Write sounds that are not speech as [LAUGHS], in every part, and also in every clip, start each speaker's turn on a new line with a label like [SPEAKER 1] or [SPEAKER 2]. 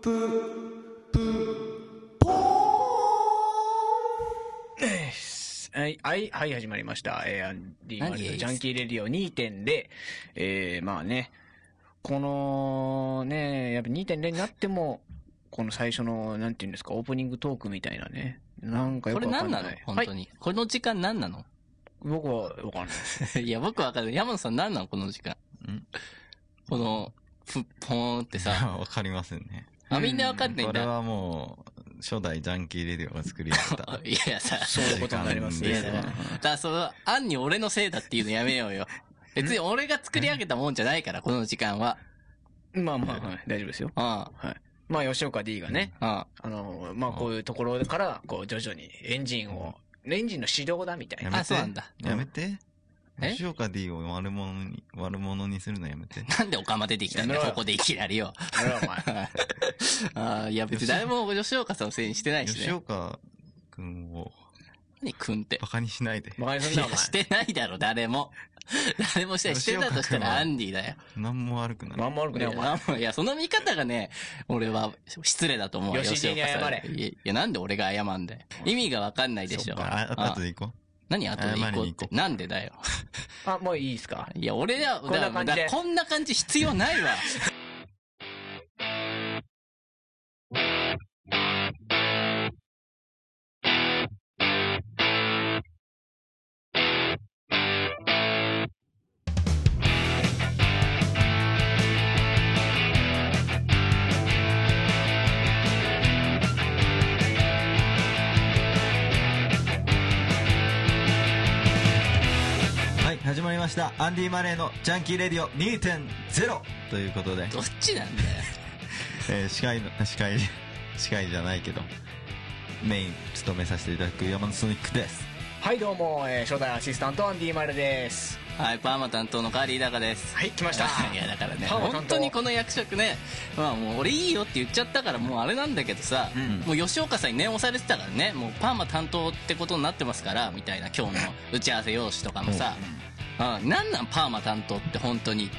[SPEAKER 1] ぷぷぷぽーんよしはい、はい、はい、始まりました。えー、アンディ・マ
[SPEAKER 2] 何
[SPEAKER 1] ルのジャンキーレディオ2.0。えー、まあね、このね、やっぱ2.0になっても、この最初の、なんていうんですか、オープニングトークみたいなね。なんかよ
[SPEAKER 2] こ
[SPEAKER 1] く
[SPEAKER 2] れ
[SPEAKER 1] わか
[SPEAKER 2] 何
[SPEAKER 1] んな。
[SPEAKER 2] ないの本
[SPEAKER 1] は
[SPEAKER 2] 当
[SPEAKER 1] い、
[SPEAKER 2] に、この時間何
[SPEAKER 1] [LAUGHS]
[SPEAKER 2] なの
[SPEAKER 1] 僕はわかんない。
[SPEAKER 2] いや、僕わかる。山野さん何なのこの時間。
[SPEAKER 3] ん
[SPEAKER 2] この、ふっぽーんってさ。
[SPEAKER 1] [LAUGHS]
[SPEAKER 3] [LAUGHS] わかりませんね。
[SPEAKER 2] あ、みんなわかんない
[SPEAKER 3] こ
[SPEAKER 2] ん
[SPEAKER 3] れ
[SPEAKER 2] だ。
[SPEAKER 3] はもう、初代ジャンキーレディオが作り出した。
[SPEAKER 2] [LAUGHS] あいやさ、
[SPEAKER 1] そういうことになります
[SPEAKER 2] い
[SPEAKER 1] ね。
[SPEAKER 2] や
[SPEAKER 3] 時
[SPEAKER 2] い
[SPEAKER 3] 間
[SPEAKER 2] や
[SPEAKER 3] です
[SPEAKER 2] だからその、案に俺のせいだっていうのやめようよ。別に俺が作り上げたもんじゃないから、この時間は。
[SPEAKER 1] まあまあ、はい、大丈夫ですよ。
[SPEAKER 2] うん。
[SPEAKER 1] まあ、吉岡 D がね、
[SPEAKER 2] うん。
[SPEAKER 1] あの、まあ、こういうところから、こう、徐々にエンジンを、エンジンの指導だみたい
[SPEAKER 3] や
[SPEAKER 1] な。
[SPEAKER 3] め
[SPEAKER 2] あ、
[SPEAKER 3] て
[SPEAKER 2] そうなんだ。
[SPEAKER 3] やめて。
[SPEAKER 2] え
[SPEAKER 3] 吉岡 D を悪者に、悪者にするのやめて。
[SPEAKER 2] なんでオカマ出てきたんだよ
[SPEAKER 1] やめろよ
[SPEAKER 2] ここでいきなりよ。
[SPEAKER 1] それはお前。
[SPEAKER 2] あーいや、別に誰も吉岡さんのせいにしてないし
[SPEAKER 3] 吉
[SPEAKER 2] ね。
[SPEAKER 3] 岡くんを
[SPEAKER 2] 何くんって。
[SPEAKER 3] バカにしないで。
[SPEAKER 1] バカにすん
[SPEAKER 2] い
[SPEAKER 1] な、お
[SPEAKER 2] や、
[SPEAKER 1] 前。
[SPEAKER 2] [LAUGHS] してないだろ、誰も。誰もしてない。してたとしたらアンディだよ。
[SPEAKER 3] 何も悪くない。
[SPEAKER 1] まんま悪く
[SPEAKER 2] い
[SPEAKER 1] ね、
[SPEAKER 2] や
[SPEAKER 1] お前。、
[SPEAKER 2] まあいやその見方がね、俺は失礼だと思うよ。
[SPEAKER 1] 吉井に
[SPEAKER 2] 吉岡さん
[SPEAKER 1] 謝れ
[SPEAKER 2] いやいや、なんで俺が謝んだよ。意味がわかんないでしょ。
[SPEAKER 3] あ、あ
[SPEAKER 2] あ
[SPEAKER 3] とで行こ
[SPEAKER 2] 何後で行こ
[SPEAKER 3] 謝
[SPEAKER 2] う
[SPEAKER 3] り
[SPEAKER 2] っ
[SPEAKER 3] に行
[SPEAKER 2] て
[SPEAKER 3] こ。う
[SPEAKER 2] なんでだよ。
[SPEAKER 1] あ、もういいですか
[SPEAKER 2] いや、俺ら、
[SPEAKER 1] こんな感じで
[SPEAKER 2] だからこんな感じ必要ないわ。 [LAUGHS]
[SPEAKER 3] う。はい、始まりました。アンディ・マレーのジャンキーレディオ2.0ということで、
[SPEAKER 2] どっちなんだよ。
[SPEAKER 3] えー司会の、司会、 [LAUGHS] 司会じゃないけど、メイン務めさせていただく山のソニックです。
[SPEAKER 1] はい、どうも、えー、初代アシスタント、アンディ・マルです。
[SPEAKER 2] はい、パーマ担当のカーリーダカです。
[SPEAKER 1] はい、来ました。
[SPEAKER 2] [LAUGHS] いや、だからね、
[SPEAKER 1] パーマ担当
[SPEAKER 2] 本当にこの役職ね、まあもう俺いいよって言っちゃったからもうあれなんだけどさ、
[SPEAKER 3] ん
[SPEAKER 2] もう吉岡さんに念押されてたからね、もうパーマ担当ってことになってますから、みたいな今日の打ち合わせ用紙とかもさ、うん、なんなんパーマ担当って本当に。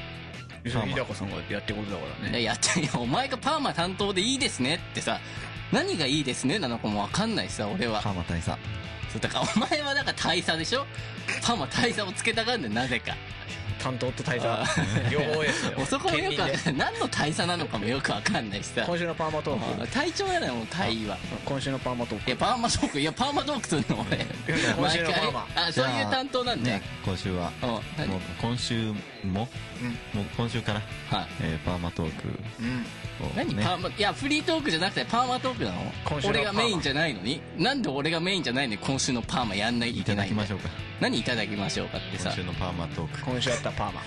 [SPEAKER 1] ゆ
[SPEAKER 3] まあまあ
[SPEAKER 1] 日高さんがやってることだからね。
[SPEAKER 2] いや、いやお前がパーマ担当でいいですねってさ、何がいいですねなのかもわかんないしさ、俺は。
[SPEAKER 3] 浜大佐。
[SPEAKER 2] そうだからお前はだから大佐でしょパーマ大佐をつけたがるんだよ、なぜか。
[SPEAKER 1] 担当と大
[SPEAKER 2] あ
[SPEAKER 1] 佐、両方ですよ。
[SPEAKER 2] そこもよくわ
[SPEAKER 1] 兼任で
[SPEAKER 2] かん
[SPEAKER 1] [LAUGHS]
[SPEAKER 2] ない。何の大佐なのかもよくわかんないしさ。
[SPEAKER 1] 今週のパーマトーク。
[SPEAKER 2] あ体調やなもう体位は。
[SPEAKER 1] 今週のパーマトー
[SPEAKER 2] い
[SPEAKER 1] ク。
[SPEAKER 2] や、パーマトーク、いや、パーマトークすんの、俺。
[SPEAKER 1] 今週のパーマ。
[SPEAKER 2] 毎回あ、そういう担当なんだよ
[SPEAKER 3] ね。、今週は、
[SPEAKER 2] うん、何
[SPEAKER 3] もう今週も、もう今週から、
[SPEAKER 2] はい。
[SPEAKER 3] えーパーマトーク
[SPEAKER 1] うん。
[SPEAKER 3] を、ね、
[SPEAKER 2] 何パーマ、いや、フリートークじゃなくてパーマトークなの
[SPEAKER 1] 今週のパーマ
[SPEAKER 2] 俺がメインじゃないのになんで俺がメインじゃないのに今週のパーマやんないとい
[SPEAKER 3] い
[SPEAKER 2] け
[SPEAKER 3] た
[SPEAKER 2] な
[SPEAKER 3] だ
[SPEAKER 2] い
[SPEAKER 3] き
[SPEAKER 2] んだよ
[SPEAKER 3] ましょうか
[SPEAKER 2] 何いただきましょうかって
[SPEAKER 3] 今
[SPEAKER 2] さ
[SPEAKER 3] 週。のパーマトーク
[SPEAKER 1] 今週やったパーマ。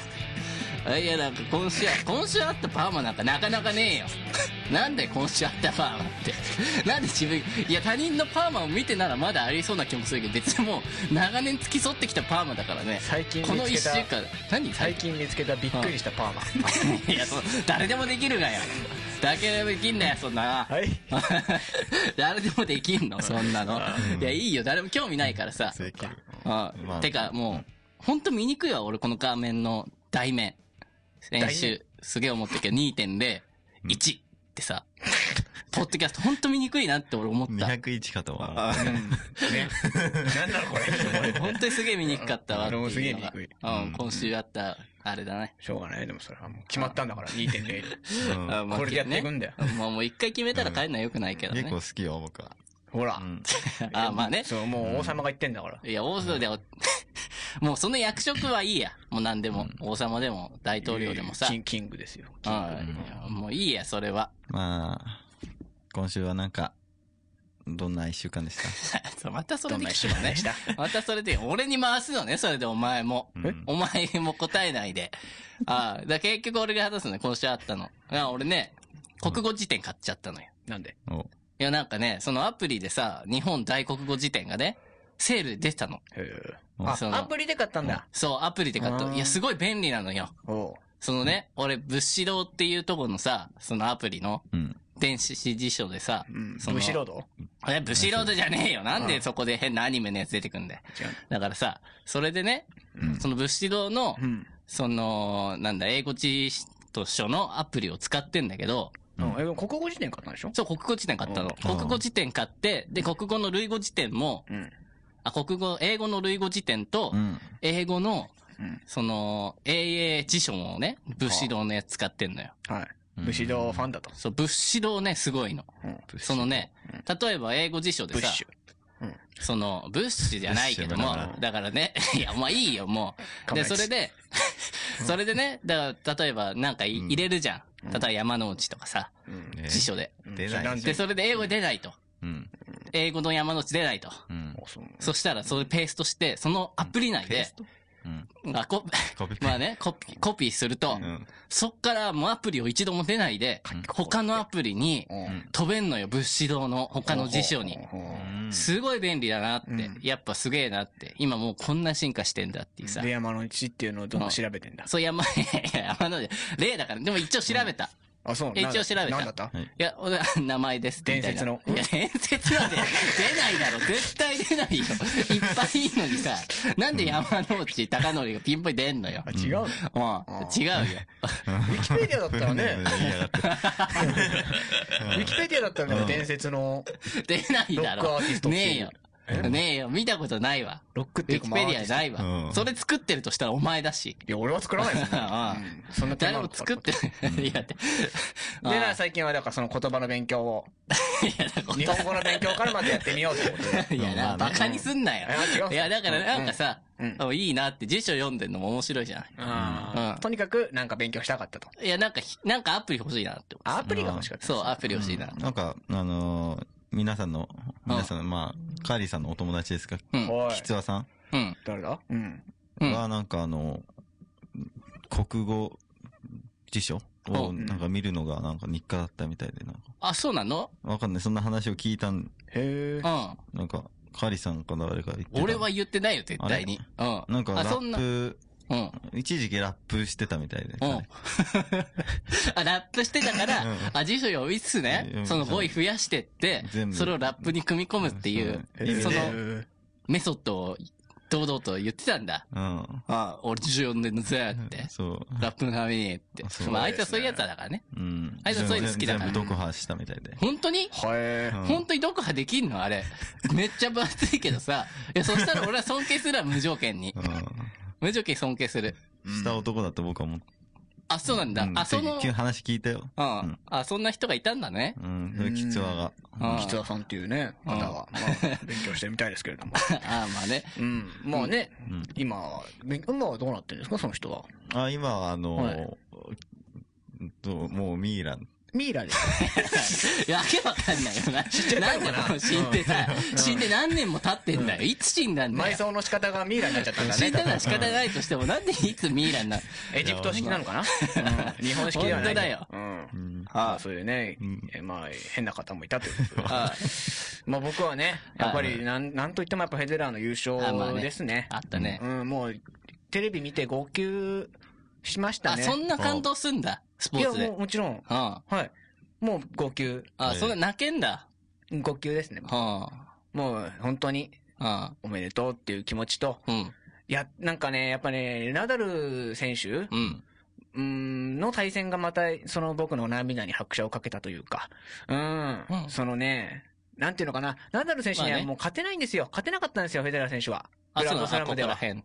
[SPEAKER 2] あいや、なんか今週、今週あったパーマなんかなかなかねえよ。 [LAUGHS] なんで今週あったパーマって。 [LAUGHS] なんで自分、いや他人のパーマを見てならまだありそうな気もするけど、別にもう長年付き添ってきたパーマだからね。
[SPEAKER 1] 最近
[SPEAKER 2] こ
[SPEAKER 1] 見
[SPEAKER 2] の一
[SPEAKER 1] つ
[SPEAKER 2] 週
[SPEAKER 1] けた、
[SPEAKER 2] 間、何
[SPEAKER 1] 最近見つけたびっくりしたパーマ。
[SPEAKER 2] [LAUGHS] いや、そ誰でもできるがよ。誰でもできんだよ、そんな。
[SPEAKER 1] はい。
[SPEAKER 2] [LAUGHS] 誰でもできんの、そんなの。いや、いいよ、誰も興味ないからさ。
[SPEAKER 3] 正解
[SPEAKER 2] あ
[SPEAKER 3] まあ
[SPEAKER 2] てか、もう、ほんと見にくいわ、俺、この画面の題名。先
[SPEAKER 1] 題
[SPEAKER 2] 週、すげえ思ったけど、2.01ってさ、 [LAUGHS] ポッドキャスト、ほんと見にくいなって俺思 [LAUGHS] った。
[SPEAKER 3] 201かとは
[SPEAKER 1] ね。 [LAUGHS] なんだろ、これ。
[SPEAKER 2] ほんとにすげえ見にくかったわっていうのが。
[SPEAKER 1] 俺もすげえ見にくい
[SPEAKER 2] うん、今週あった、あれだね。
[SPEAKER 1] [LAUGHS] しょうがない。でもそれはもう決まったんだから、2.0。 [LAUGHS]
[SPEAKER 3] うん
[SPEAKER 2] あまあ
[SPEAKER 1] これでやっていくんだよ。
[SPEAKER 2] ねまあもう一回決めたら帰るのは良くないけど
[SPEAKER 3] 結構
[SPEAKER 2] ね
[SPEAKER 3] 好。きよ僕は
[SPEAKER 1] ほら
[SPEAKER 3] う。ん
[SPEAKER 2] あまあね。
[SPEAKER 1] そう、もう王様が言ってんだから。
[SPEAKER 2] いや、王様でも、 [LAUGHS] もうその役職はいいや。もう何でも。王様でも、大統領でもさ。
[SPEAKER 1] キンキングですよ。
[SPEAKER 2] うんいやもういいや、それは。 [LAUGHS]
[SPEAKER 3] まあ今週はなんかどんな一週間でした
[SPEAKER 2] そうまたそれ
[SPEAKER 1] どん
[SPEAKER 2] で
[SPEAKER 1] な
[SPEAKER 2] 来
[SPEAKER 1] 人
[SPEAKER 2] た
[SPEAKER 1] だ [LAUGHS]
[SPEAKER 2] ね
[SPEAKER 1] ね。。
[SPEAKER 2] [LAUGHS] またそれで、俺に回すのね、それでお前も。お前も答えないで。ああ、だから結局俺が話すのね、今週あったの。あ俺ね、国語辞典買っちゃったのよ。
[SPEAKER 1] なんで
[SPEAKER 3] お
[SPEAKER 2] いや、なんかね、そのアプリでさ、日本大国語辞典がね、セールで出てたの。
[SPEAKER 1] へー
[SPEAKER 3] あ
[SPEAKER 1] あ
[SPEAKER 2] そ、の
[SPEAKER 1] アプリで買ったんだ。
[SPEAKER 2] そう、アプリで買っ
[SPEAKER 1] あ
[SPEAKER 2] た。
[SPEAKER 1] ー
[SPEAKER 2] いや、すごい便利なのよ。
[SPEAKER 1] お
[SPEAKER 2] そのね、俺、物資堂っていうとこのさ、そのアプリの
[SPEAKER 3] うん
[SPEAKER 2] 電子辞書でさ、
[SPEAKER 1] う。うん。
[SPEAKER 2] その
[SPEAKER 1] ブシロード
[SPEAKER 2] え、武士ロードじゃねえよ。なん
[SPEAKER 1] う
[SPEAKER 2] で
[SPEAKER 1] ん
[SPEAKER 2] そこで変なアニメのやつ出てくんだよ。
[SPEAKER 1] 違う。
[SPEAKER 2] だからさ、それでね、
[SPEAKER 3] うん
[SPEAKER 2] その武士堂の
[SPEAKER 1] う、ん。
[SPEAKER 2] その、なんだ、英語辞書のアプリを使ってんだけど、
[SPEAKER 1] うんえ国語辞典買ったんでしょ
[SPEAKER 2] そう、国語辞典買ったの。
[SPEAKER 3] うん
[SPEAKER 2] 国語辞典買って、で、国語の類語辞典も、
[SPEAKER 1] うん。
[SPEAKER 2] あ、国語、英語の類語辞典と
[SPEAKER 3] う、ん。
[SPEAKER 2] 英語の、
[SPEAKER 1] うん。
[SPEAKER 2] その、英英辞書もね、武士道のやつ使ってんのよ。
[SPEAKER 1] はい。武士道ファンだと。
[SPEAKER 2] そう、武士道ね、すごいの。
[SPEAKER 1] うん。
[SPEAKER 2] そのね、例えば英語辞書で
[SPEAKER 1] ブッ
[SPEAKER 2] さ、
[SPEAKER 1] シュ。
[SPEAKER 2] その、ブッシュじゃないけども
[SPEAKER 3] ブッシュだ、な
[SPEAKER 2] だからね、 [LAUGHS] いや、まあいいよ、もう。
[SPEAKER 1] 構
[SPEAKER 2] で、
[SPEAKER 1] えず
[SPEAKER 2] それで、それでね、だから、例えば、なんかい
[SPEAKER 3] うん
[SPEAKER 2] 入れるじゃん。
[SPEAKER 1] うん
[SPEAKER 2] 例えば山の内とかさ、
[SPEAKER 1] うん
[SPEAKER 3] ね
[SPEAKER 2] 辞書で。
[SPEAKER 1] うん
[SPEAKER 3] 出な
[SPEAKER 1] そ
[SPEAKER 3] い
[SPEAKER 1] れん
[SPEAKER 2] で、
[SPEAKER 1] て
[SPEAKER 2] それで英語出ないと。
[SPEAKER 3] うん。
[SPEAKER 2] 英語の山の内出ないと。
[SPEAKER 3] うん。
[SPEAKER 1] あそう
[SPEAKER 2] そしたら、それペーストして、そのアプリ内で、
[SPEAKER 3] うん。
[SPEAKER 2] あコ
[SPEAKER 3] コピペ
[SPEAKER 2] [LAUGHS] まあね、コピー、コピーすると
[SPEAKER 3] う、ん。
[SPEAKER 2] そっからもうアプリを一度も出ないで、他のアプリに
[SPEAKER 1] うん
[SPEAKER 3] うん
[SPEAKER 2] 飛べんのよ、物資堂の他の辞書に。
[SPEAKER 1] うん
[SPEAKER 2] すごい便利だなって、
[SPEAKER 1] うん
[SPEAKER 2] やっぱすげえなって、今もうこんな進化してんだっていうさ
[SPEAKER 1] で、。山の内っていうのをどんどん調べてんだ。
[SPEAKER 2] そういや、まあ、いやいや、山の [LAUGHS] 内、例だから、でも一応調べた。
[SPEAKER 1] あ、そう
[SPEAKER 2] 一応調べた
[SPEAKER 1] なんだった
[SPEAKER 3] はい。
[SPEAKER 2] いや、お名前ですみたいな。
[SPEAKER 1] 伝説の
[SPEAKER 2] いや、伝説なんで、出ないだろ。絶対出ない
[SPEAKER 1] [LAUGHS]
[SPEAKER 2] よ。いっぱいいるのにさ、なんで山之内、高則がピンポイ出んのよ
[SPEAKER 1] あ、。違うのウ
[SPEAKER 2] もう、違うよ。
[SPEAKER 1] ィキペディアだったらね、
[SPEAKER 3] 言いやがって。
[SPEAKER 1] ウィキペディアだったらね伝説の
[SPEAKER 2] 出ないだ
[SPEAKER 1] ロック
[SPEAKER 2] ろ
[SPEAKER 1] アーティス。トっていう
[SPEAKER 2] ねえよ。ねえよ。見たことないわ。
[SPEAKER 1] ロックっ
[SPEAKER 2] ウ
[SPEAKER 1] てい
[SPEAKER 2] ィ
[SPEAKER 1] うか
[SPEAKER 2] キ
[SPEAKER 1] まあ
[SPEAKER 2] ペディアないわ
[SPEAKER 3] う。ん
[SPEAKER 2] それ作ってるとしたらお前だし。
[SPEAKER 1] いや、俺は作らないですもんね。
[SPEAKER 2] う
[SPEAKER 1] うんそんな手
[SPEAKER 2] 誰
[SPEAKER 1] 間
[SPEAKER 2] も作ってない。いや、で、
[SPEAKER 1] で、だから最近はだからその言葉の勉強
[SPEAKER 2] [LAUGHS]
[SPEAKER 1] を、日本語の勉強からまずやってみようってことで。
[SPEAKER 2] [LAUGHS] いや、な
[SPEAKER 3] まあ
[SPEAKER 2] バ
[SPEAKER 3] ね
[SPEAKER 2] カにすんなよ
[SPEAKER 1] いや違うっ。す
[SPEAKER 2] いや、だからなんかさ
[SPEAKER 1] うん、
[SPEAKER 2] あいいなって辞書読んでんのも面白いじゃない。
[SPEAKER 1] うん
[SPEAKER 2] うん
[SPEAKER 1] とにかくなんか勉強したかったと。
[SPEAKER 2] いや、なんかひ、なんかアプリ欲しいなって思
[SPEAKER 1] あアプリが欲しかっ
[SPEAKER 2] う。
[SPEAKER 1] た。
[SPEAKER 2] そう、アプリ欲しいな。
[SPEAKER 3] なんか、あのー、皆さんの、皆さんの、まあ、カーリーさんのお友達ですか、
[SPEAKER 2] うん。
[SPEAKER 1] おい
[SPEAKER 3] キ。ツワさん
[SPEAKER 2] うん。
[SPEAKER 1] 誰だうん。
[SPEAKER 2] うん
[SPEAKER 3] は、なんかあの、国語辞書
[SPEAKER 2] う
[SPEAKER 3] をなんか見るのがなんか日課だったみたいで、なんか、
[SPEAKER 2] あ、そうなの
[SPEAKER 3] わかんない。そんな話を聞いたん、
[SPEAKER 1] へえ。
[SPEAKER 2] うん。
[SPEAKER 3] なんか、カーリーさんか誰か言ってた
[SPEAKER 2] 俺は言ってないよ、絶対に。うん。
[SPEAKER 3] なんか
[SPEAKER 2] あ
[SPEAKER 3] ラ
[SPEAKER 2] そん
[SPEAKER 3] ッ
[SPEAKER 2] な
[SPEAKER 3] プ、
[SPEAKER 2] うん。
[SPEAKER 3] 一時期ラップしてたみたいで。
[SPEAKER 2] うん。 [LAUGHS] あ、ラップしてたから
[SPEAKER 3] うん、
[SPEAKER 2] あ、辞書読みつつ
[SPEAKER 3] う
[SPEAKER 2] ね、
[SPEAKER 3] ん
[SPEAKER 2] その語彙増やしてって
[SPEAKER 3] 全、部
[SPEAKER 2] それをラップに組み込むっていう
[SPEAKER 3] そうね、
[SPEAKER 2] そ
[SPEAKER 1] へ
[SPEAKER 2] の
[SPEAKER 1] ー
[SPEAKER 2] メソッドを堂々と言ってたんだ。
[SPEAKER 3] うん。
[SPEAKER 2] あ、俺辞書読んでんのぜって。
[SPEAKER 3] そ
[SPEAKER 2] ラップのためにって
[SPEAKER 3] そ。う
[SPEAKER 2] まあ、あいつはそういうやつらだからね。
[SPEAKER 3] う。うん。
[SPEAKER 2] あいつはそういうの好きだから
[SPEAKER 3] 全部全部読破したみたいで。
[SPEAKER 2] 本当に
[SPEAKER 1] はえ
[SPEAKER 3] う。ん
[SPEAKER 2] 本当に読破できんのあれ。 [LAUGHS] めっちゃ分厚いけどさ。いや、そしたら俺は尊敬するわ、無条件に
[SPEAKER 3] う。ん。
[SPEAKER 2] 無条件に尊敬する。
[SPEAKER 3] した男だと僕は思って。
[SPEAKER 2] あ、そうなんだ
[SPEAKER 3] う。ん
[SPEAKER 2] あ、その、
[SPEAKER 3] っていう話聞いたよ。
[SPEAKER 2] う
[SPEAKER 3] うんん。
[SPEAKER 2] あ、そんな人がいたんだね。
[SPEAKER 3] うん。それキツワが。
[SPEAKER 2] うん [LAUGHS]
[SPEAKER 1] 吉田さんっていうね、
[SPEAKER 2] うん
[SPEAKER 1] 方は、まあ、勉強してみたいですけれど
[SPEAKER 2] [LAUGHS]
[SPEAKER 1] も。
[SPEAKER 2] あ、まあね。
[SPEAKER 1] うん。まあね、
[SPEAKER 3] うん。
[SPEAKER 1] 今は、勉今はどうなってるんですか、その人は。
[SPEAKER 3] あ、今はあの
[SPEAKER 1] は
[SPEAKER 3] ー、うんともうミイラ。
[SPEAKER 1] ミ
[SPEAKER 2] [LAUGHS]
[SPEAKER 1] イラですか。
[SPEAKER 2] わけわかんないよな。
[SPEAKER 1] っちゃい
[SPEAKER 2] な
[SPEAKER 1] か
[SPEAKER 2] ん
[SPEAKER 1] もな
[SPEAKER 2] で [LAUGHS] もう死んでさ、死んで何年も経ってんだよ。いつ死んだんだ
[SPEAKER 1] 埋
[SPEAKER 2] よ。
[SPEAKER 1] 葬の仕方がミイラになっちゃったんだね。
[SPEAKER 2] [LAUGHS] 死んだら仕
[SPEAKER 1] 多分
[SPEAKER 2] 方ないとしても、なんでいつミイラになる
[SPEAKER 1] エジプト式なの
[SPEAKER 2] [LAUGHS]
[SPEAKER 1] かなうん日本式ではないけど。う
[SPEAKER 2] 本
[SPEAKER 1] ん。
[SPEAKER 3] うん。
[SPEAKER 1] ま
[SPEAKER 2] あ
[SPEAKER 1] あ、そういうね
[SPEAKER 3] うん、
[SPEAKER 1] えまあ、変な方もいたということ
[SPEAKER 2] [LAUGHS]
[SPEAKER 1] で。
[SPEAKER 2] あ
[SPEAKER 1] まあ僕はね、やっぱり、なん、なんといってもやっぱフェデラーの優
[SPEAKER 2] あまあ
[SPEAKER 1] 勝
[SPEAKER 2] ね
[SPEAKER 1] ですね。
[SPEAKER 2] あったね。
[SPEAKER 1] うん、もう、テレビ見て号泣しました
[SPEAKER 2] あ、
[SPEAKER 1] ね。
[SPEAKER 2] そんな感動すんだ。スポ
[SPEAKER 1] い
[SPEAKER 2] ー
[SPEAKER 1] や、
[SPEAKER 2] ツで。う
[SPEAKER 1] も
[SPEAKER 2] ん。
[SPEAKER 1] うもちろん。
[SPEAKER 2] あ、
[SPEAKER 1] はい。もう号泣、
[SPEAKER 2] そんな泣けんだ。
[SPEAKER 1] 号泣ですね。
[SPEAKER 2] うん。
[SPEAKER 1] もう本当に
[SPEAKER 2] うん。
[SPEAKER 1] おめでとうっていう気持ちと、
[SPEAKER 2] うん。
[SPEAKER 1] いや、なんかね、やっぱね、ナダル選手
[SPEAKER 2] うん。
[SPEAKER 1] うんの対戦がまた、その僕の涙に拍車をかけたというか、うん、
[SPEAKER 2] うん
[SPEAKER 1] そのね、なんていうのかな、ナダル選手に
[SPEAKER 2] まあ
[SPEAKER 1] は
[SPEAKER 2] ね
[SPEAKER 1] もう勝てないんですよ。勝てなかったんですよ、フェデラー選手は。
[SPEAKER 2] あ、
[SPEAKER 1] グラ
[SPEAKER 2] そう
[SPEAKER 1] ンド
[SPEAKER 2] なの
[SPEAKER 1] スラムで
[SPEAKER 2] あ
[SPEAKER 1] は
[SPEAKER 2] ここ。ら辺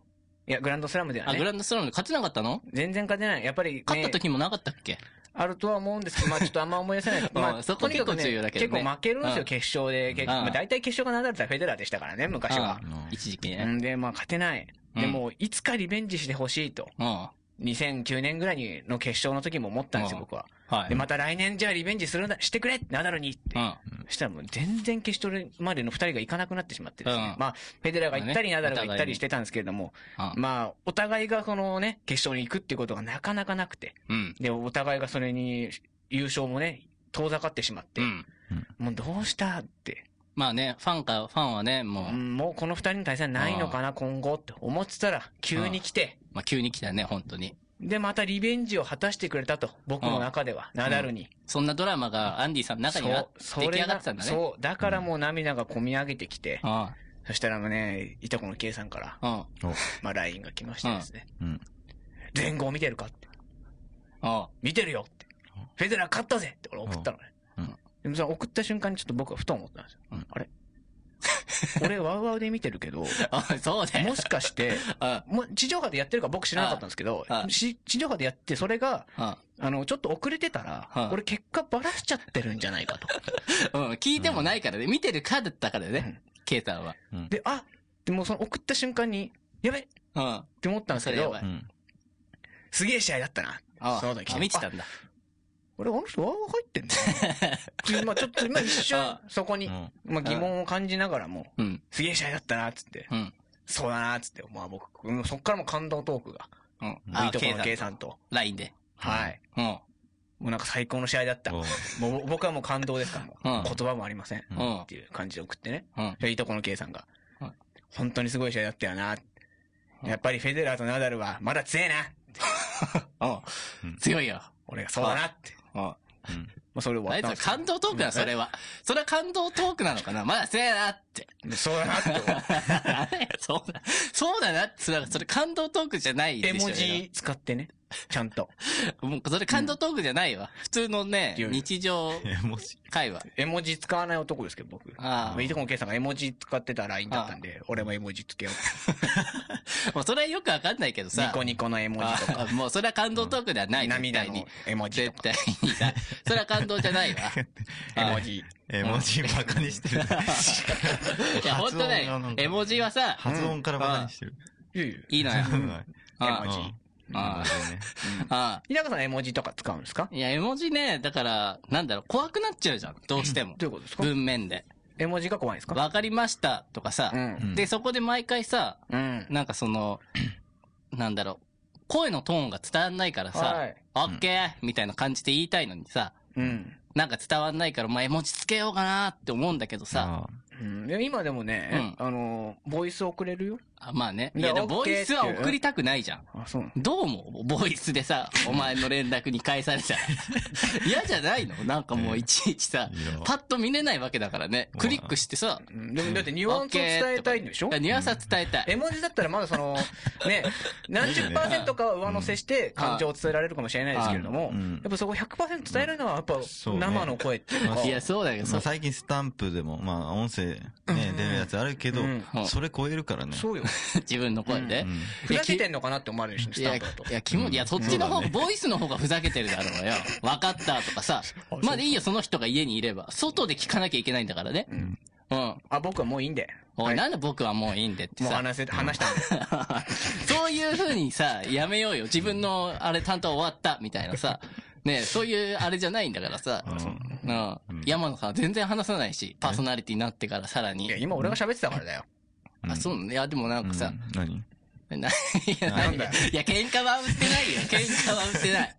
[SPEAKER 1] いや、グランドスラムでは
[SPEAKER 2] あ、グ
[SPEAKER 1] ね。
[SPEAKER 2] ランドスラムで勝てなかったの
[SPEAKER 1] 全然勝てない。やっぱり、ね、
[SPEAKER 2] 勝った時もなかったっけ
[SPEAKER 1] あるとは思うんですけど、まあちょっとあんま思い出せ
[SPEAKER 2] [LAUGHS]
[SPEAKER 1] ない。まあ、
[SPEAKER 2] そこと
[SPEAKER 1] にかく
[SPEAKER 2] 結構重要だけどね
[SPEAKER 1] 結構負けるんです
[SPEAKER 2] う
[SPEAKER 1] よ、
[SPEAKER 2] ん
[SPEAKER 1] 決勝で。結まあ、大体決勝がナダル対フェデラーでしたからね、昔は
[SPEAKER 2] う。ん一時期
[SPEAKER 1] う
[SPEAKER 2] ね。
[SPEAKER 1] ん、で、まあ勝てない。
[SPEAKER 2] うん
[SPEAKER 1] でも、いつかリベンジしてほしいと。
[SPEAKER 2] うん。は
[SPEAKER 1] 2009年ぐらいにの決勝の時も思ったんですよ、
[SPEAKER 2] うん
[SPEAKER 1] 僕は。
[SPEAKER 2] い。
[SPEAKER 1] で、また来年じゃあリベンジするんだ、してくれナダルにって
[SPEAKER 2] う。ん。
[SPEAKER 1] そしたらもう全然決勝までの二人が行かなくなってしまってですね。
[SPEAKER 2] うん
[SPEAKER 1] まあ、フェデラーが行ったり、
[SPEAKER 2] まあ
[SPEAKER 1] ナ
[SPEAKER 2] ね
[SPEAKER 1] ダルが行ったりしてたんですけれども、
[SPEAKER 2] うん
[SPEAKER 1] まあ、お互いがこのね、決勝に行くっていうことがなかなかなくて、
[SPEAKER 2] うん。
[SPEAKER 1] で、お互いがそれに優勝もね、遠ざかってしまって
[SPEAKER 2] う、ん。
[SPEAKER 1] もうどうしたって、
[SPEAKER 2] まあね、ファンか、ファンはね、もう
[SPEAKER 1] う、んもうこの二人の対戦ないのかな、今後って思ってたら、急に来て、
[SPEAKER 2] まあ急に来たね、本当に。
[SPEAKER 1] で、またリベンジを果たしてくれたと、僕の中では、ナダルに。
[SPEAKER 2] そんなドラマがアンディさんの中にあ
[SPEAKER 1] そ
[SPEAKER 2] 出
[SPEAKER 1] う
[SPEAKER 2] 来上がってたんだ
[SPEAKER 1] それ
[SPEAKER 2] ね。
[SPEAKER 1] がそう、だからもう涙がこみ上げてきて、
[SPEAKER 2] うん。
[SPEAKER 1] そしたらもうね、いとこの K さんから、
[SPEAKER 2] うん。
[SPEAKER 3] お
[SPEAKER 1] まあ、LINE が来ましてですね、
[SPEAKER 3] うん。
[SPEAKER 1] 全豪見てるかって、
[SPEAKER 2] うん。
[SPEAKER 1] 見てるよって、フェデラー勝ったぜって俺送ったのね。
[SPEAKER 2] うん
[SPEAKER 1] でもそれ送った瞬間にちょっと僕はふと思ったんですよ。
[SPEAKER 2] うん
[SPEAKER 1] あれ俺ワウワウで見てる
[SPEAKER 2] [LAUGHS]
[SPEAKER 1] けど、
[SPEAKER 2] あそうだよ
[SPEAKER 1] もしかして、
[SPEAKER 2] あ
[SPEAKER 1] もう地上波でやってるか僕知らなかったんですけど
[SPEAKER 2] ああ、
[SPEAKER 1] し地上波でやってそれが、
[SPEAKER 2] あ
[SPEAKER 1] あの、ちょっと遅れてた
[SPEAKER 2] あ
[SPEAKER 1] ら
[SPEAKER 2] あ、
[SPEAKER 1] 俺結果バラしちゃってるんじゃないかと。 [LAUGHS]
[SPEAKER 2] うん、聞いてもないからね。見てるかだったからね。ケイさんは。
[SPEAKER 1] で、あでもその送った瞬間に、やべっ
[SPEAKER 2] うん。
[SPEAKER 1] て思ったんですけ
[SPEAKER 2] それや
[SPEAKER 1] ど
[SPEAKER 2] ばい、
[SPEAKER 3] うん。
[SPEAKER 1] すげえ試合だったな。
[SPEAKER 2] あ
[SPEAKER 1] そうだ来た
[SPEAKER 2] あ見てたんだ。
[SPEAKER 1] 俺、あの人、ワウワウ入ってんのまあちょっと、今一瞬
[SPEAKER 2] あ、
[SPEAKER 1] そこに
[SPEAKER 3] う、ん
[SPEAKER 1] まあ疑問を感じながらも、
[SPEAKER 2] [LAUGHS] うん。
[SPEAKER 1] すげえ試合だったな、つって。
[SPEAKER 2] うん。
[SPEAKER 1] そうだな、つって。まあ僕、うんそっからも感動トークが。
[SPEAKER 2] うん。
[SPEAKER 1] いいとこの K さんと。
[SPEAKER 2] ラインで。
[SPEAKER 1] はい。
[SPEAKER 2] うん。
[SPEAKER 1] もうなんか最高の試合だった。
[SPEAKER 3] おう
[SPEAKER 1] もう僕はもう感動ですから、もう
[SPEAKER 2] うん
[SPEAKER 1] 言葉もありません。
[SPEAKER 3] う
[SPEAKER 2] うんん
[SPEAKER 1] っ。ていう感じで送ってね。
[SPEAKER 2] うん。
[SPEAKER 1] いいとこの K さんが
[SPEAKER 2] うん。
[SPEAKER 1] 本当にすごい試合だったよな。
[SPEAKER 2] うん
[SPEAKER 1] やっぱりフェデラーとナダルはまだ強えな。
[SPEAKER 2] うん。強いよ。
[SPEAKER 1] 俺がそうだなって。
[SPEAKER 2] うん。
[SPEAKER 3] うん
[SPEAKER 1] まあそれ終わ
[SPEAKER 2] あ
[SPEAKER 1] っ
[SPEAKER 2] いつ
[SPEAKER 1] たん
[SPEAKER 2] は
[SPEAKER 1] ですけど
[SPEAKER 2] 感動トークだ、それは。それは感動トークなのかなまだせやなって。
[SPEAKER 1] [LAUGHS] そうだなって思う。
[SPEAKER 2] [LAUGHS] そうだ、そうだなって、それそれ感動トークじゃないで
[SPEAKER 1] 絵
[SPEAKER 2] しょ。
[SPEAKER 1] 文字使ってね。ちゃんと。
[SPEAKER 2] 今もうそれ感動トークじゃないわ。普通のね、
[SPEAKER 1] いやいや
[SPEAKER 2] 日常
[SPEAKER 3] え、もし、
[SPEAKER 2] [LAUGHS] 会話。
[SPEAKER 1] 絵文字使わない男ですけど、僕。 [LAUGHS]
[SPEAKER 2] あ
[SPEAKER 1] いいとこの K さんが絵文字使ってた LINE だったんで、俺も絵文字つけようって。
[SPEAKER 2] あ。もうそれはよくわかんないけどさ。
[SPEAKER 1] ニコニコの絵文字とか、
[SPEAKER 2] あもうそれは感動トークではない。絶
[SPEAKER 1] 涙
[SPEAKER 2] 対に
[SPEAKER 1] の。絵文字
[SPEAKER 2] 絶
[SPEAKER 1] とか、
[SPEAKER 2] 対にさ。 [LAUGHS] それは感動じゃないわ。
[SPEAKER 1] 絵
[SPEAKER 2] あ
[SPEAKER 1] 文字。
[SPEAKER 3] 絵文字バカ
[SPEAKER 2] [LAUGHS]
[SPEAKER 3] にしてる。
[SPEAKER 2] いや、ほんとね
[SPEAKER 3] 発音がなん、か
[SPEAKER 2] 絵文字はさ、
[SPEAKER 3] 発音からバカにしてる。
[SPEAKER 1] いやいや
[SPEAKER 2] いいのよ。
[SPEAKER 3] うん
[SPEAKER 1] 絵文
[SPEAKER 2] あ
[SPEAKER 1] 字。
[SPEAKER 2] あ
[SPEAKER 3] ね。
[SPEAKER 2] あ。
[SPEAKER 1] 稲川さん絵文字とか使うんですか
[SPEAKER 2] いや、絵文字ね、だから、なんだろう、怖くなっちゃうじゃん。どうしても。
[SPEAKER 1] どういうことですか
[SPEAKER 2] 文面で。
[SPEAKER 1] 絵文字が怖いんですか
[SPEAKER 2] わかりましたとかさ
[SPEAKER 1] う。ん。
[SPEAKER 2] で、そこで毎回さ、
[SPEAKER 1] うん。
[SPEAKER 2] なんか
[SPEAKER 1] [CLEARS THROAT]
[SPEAKER 2] その、なんだろう、声のトーンが伝わんないから
[SPEAKER 1] は
[SPEAKER 2] さ
[SPEAKER 1] い、
[SPEAKER 2] オッケーみたいな感じで言いたいのにさ、
[SPEAKER 1] うん。
[SPEAKER 2] なんか伝わんないから、まあ、絵文字つけようかなって思うんだけどさ、
[SPEAKER 3] さ
[SPEAKER 1] うん、で今でもね、あのー、ボイス送れるよ。
[SPEAKER 2] あまあね。い
[SPEAKER 1] で
[SPEAKER 2] や、でも
[SPEAKER 1] OK
[SPEAKER 2] ボイスは
[SPEAKER 1] っていう
[SPEAKER 2] 送りたくないじゃん。
[SPEAKER 1] あ、そうなの
[SPEAKER 2] どうも、ボイスでさ、お前の連絡に返された
[SPEAKER 1] [LAUGHS]
[SPEAKER 2] ら。嫌じゃないのなんかもういちいちさ
[SPEAKER 3] あ、いや
[SPEAKER 2] パッと見れないわけだからね。クリックしてさ、
[SPEAKER 1] うんでもだってニュアンスを伝えたいんでしょ
[SPEAKER 2] ニュアンスは伝えたい。
[SPEAKER 1] 絵文字だったらまだその、ね、何十パーセントかは上乗せして感情を伝えられるかもしれないですけれども、
[SPEAKER 3] う
[SPEAKER 1] や
[SPEAKER 3] ん
[SPEAKER 1] っぱそこ100%伝えるのはやっぱ
[SPEAKER 3] そうね
[SPEAKER 1] 生の声っていうか。
[SPEAKER 2] いや、そうだけど
[SPEAKER 3] ま
[SPEAKER 2] さ
[SPEAKER 3] あ、最近スタンプでも、まあ、音声ね、出るやつあるけど
[SPEAKER 1] うん、
[SPEAKER 3] それ超えるからね。
[SPEAKER 1] そうよ。
[SPEAKER 2] 自分の声で
[SPEAKER 3] う。ん
[SPEAKER 1] ふざけてんのかなって思われるしね、
[SPEAKER 2] い
[SPEAKER 1] スタ
[SPEAKER 2] や、
[SPEAKER 1] ン
[SPEAKER 2] い
[SPEAKER 1] プだと。
[SPEAKER 2] や、気も、いや、そっちの
[SPEAKER 3] そ
[SPEAKER 2] 方
[SPEAKER 3] うだね
[SPEAKER 2] ボイスの方がふざけてるだろうよ。分かったとかさ。まだいいよ、その人が家にいれば。外で聞かなきゃいけないんだからね。うん。
[SPEAKER 1] あ、僕はもういいんで。
[SPEAKER 2] お、
[SPEAKER 1] はいい
[SPEAKER 2] なんで僕はもういいんでって
[SPEAKER 1] もう
[SPEAKER 2] さ。
[SPEAKER 1] 話せ、話したんで。
[SPEAKER 2] そういう風にさ、やめようよ。自分の、あれ担当終わった、みたいなさ。ねえそういう、あれじゃないんだからさ。う
[SPEAKER 3] うん
[SPEAKER 2] ん。山野さんは全然話さないし、パーソナリティになってからさら
[SPEAKER 1] い
[SPEAKER 2] に
[SPEAKER 1] や、。今俺が喋ってたからだよ。
[SPEAKER 2] あ、そうなのいや、でもなんかさ、 [LAUGHS]
[SPEAKER 3] うん何
[SPEAKER 2] な、いや、
[SPEAKER 1] な
[SPEAKER 2] なん
[SPEAKER 1] んだよ
[SPEAKER 2] [LAUGHS] いや、喧嘩は売ってないよ。喧嘩は売ってない。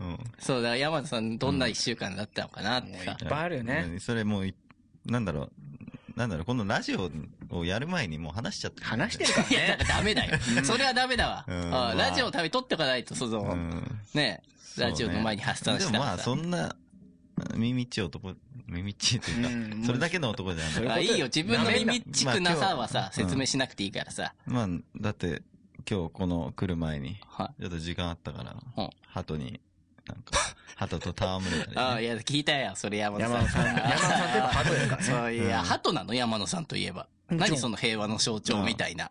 [SPEAKER 2] う。
[SPEAKER 3] [LAUGHS] うんん
[SPEAKER 2] そうだ、山田さん、どんな一週間だったのかなってさ
[SPEAKER 1] い。っぱいあるよね
[SPEAKER 3] うんそれもうい、なんだろう、なんだろう、このラジオをやる前にもう話しちゃって
[SPEAKER 1] 話してるから
[SPEAKER 2] [LAUGHS] いや、なん
[SPEAKER 1] ね
[SPEAKER 2] か。ダメだよ。それはダメだわ。
[SPEAKER 3] うん
[SPEAKER 2] うんラジオのために撮っておかないと、そうの、
[SPEAKER 3] ん
[SPEAKER 2] ね
[SPEAKER 3] そうね
[SPEAKER 2] ラジオの前に発散した
[SPEAKER 3] でもま
[SPEAKER 2] ら
[SPEAKER 3] あ、
[SPEAKER 2] さ
[SPEAKER 3] そ。んな、耳っちい男、耳っちいというか、
[SPEAKER 1] うん
[SPEAKER 3] それだけの男じゃない。
[SPEAKER 2] あいいよ、自分の耳っちくなさは
[SPEAKER 3] ま
[SPEAKER 2] さ
[SPEAKER 3] あ、今日
[SPEAKER 2] 説明しなくていいからさ。
[SPEAKER 3] まあ、だって、今日この来る前に、
[SPEAKER 2] は
[SPEAKER 3] ちょっと時間あったから
[SPEAKER 2] うん、
[SPEAKER 3] 鳩に、なんか、鳩と戯れたり
[SPEAKER 2] [LAUGHS]
[SPEAKER 3] ね。
[SPEAKER 2] ああ、いや、聞いたよ、それ山野
[SPEAKER 1] 山
[SPEAKER 2] さん
[SPEAKER 1] 野。さん、
[SPEAKER 2] [LAUGHS]
[SPEAKER 1] 山野さんといえば鳩ですからね。
[SPEAKER 2] そういや、鳩なの山野さんといえば。何その平和の象徴みたいな。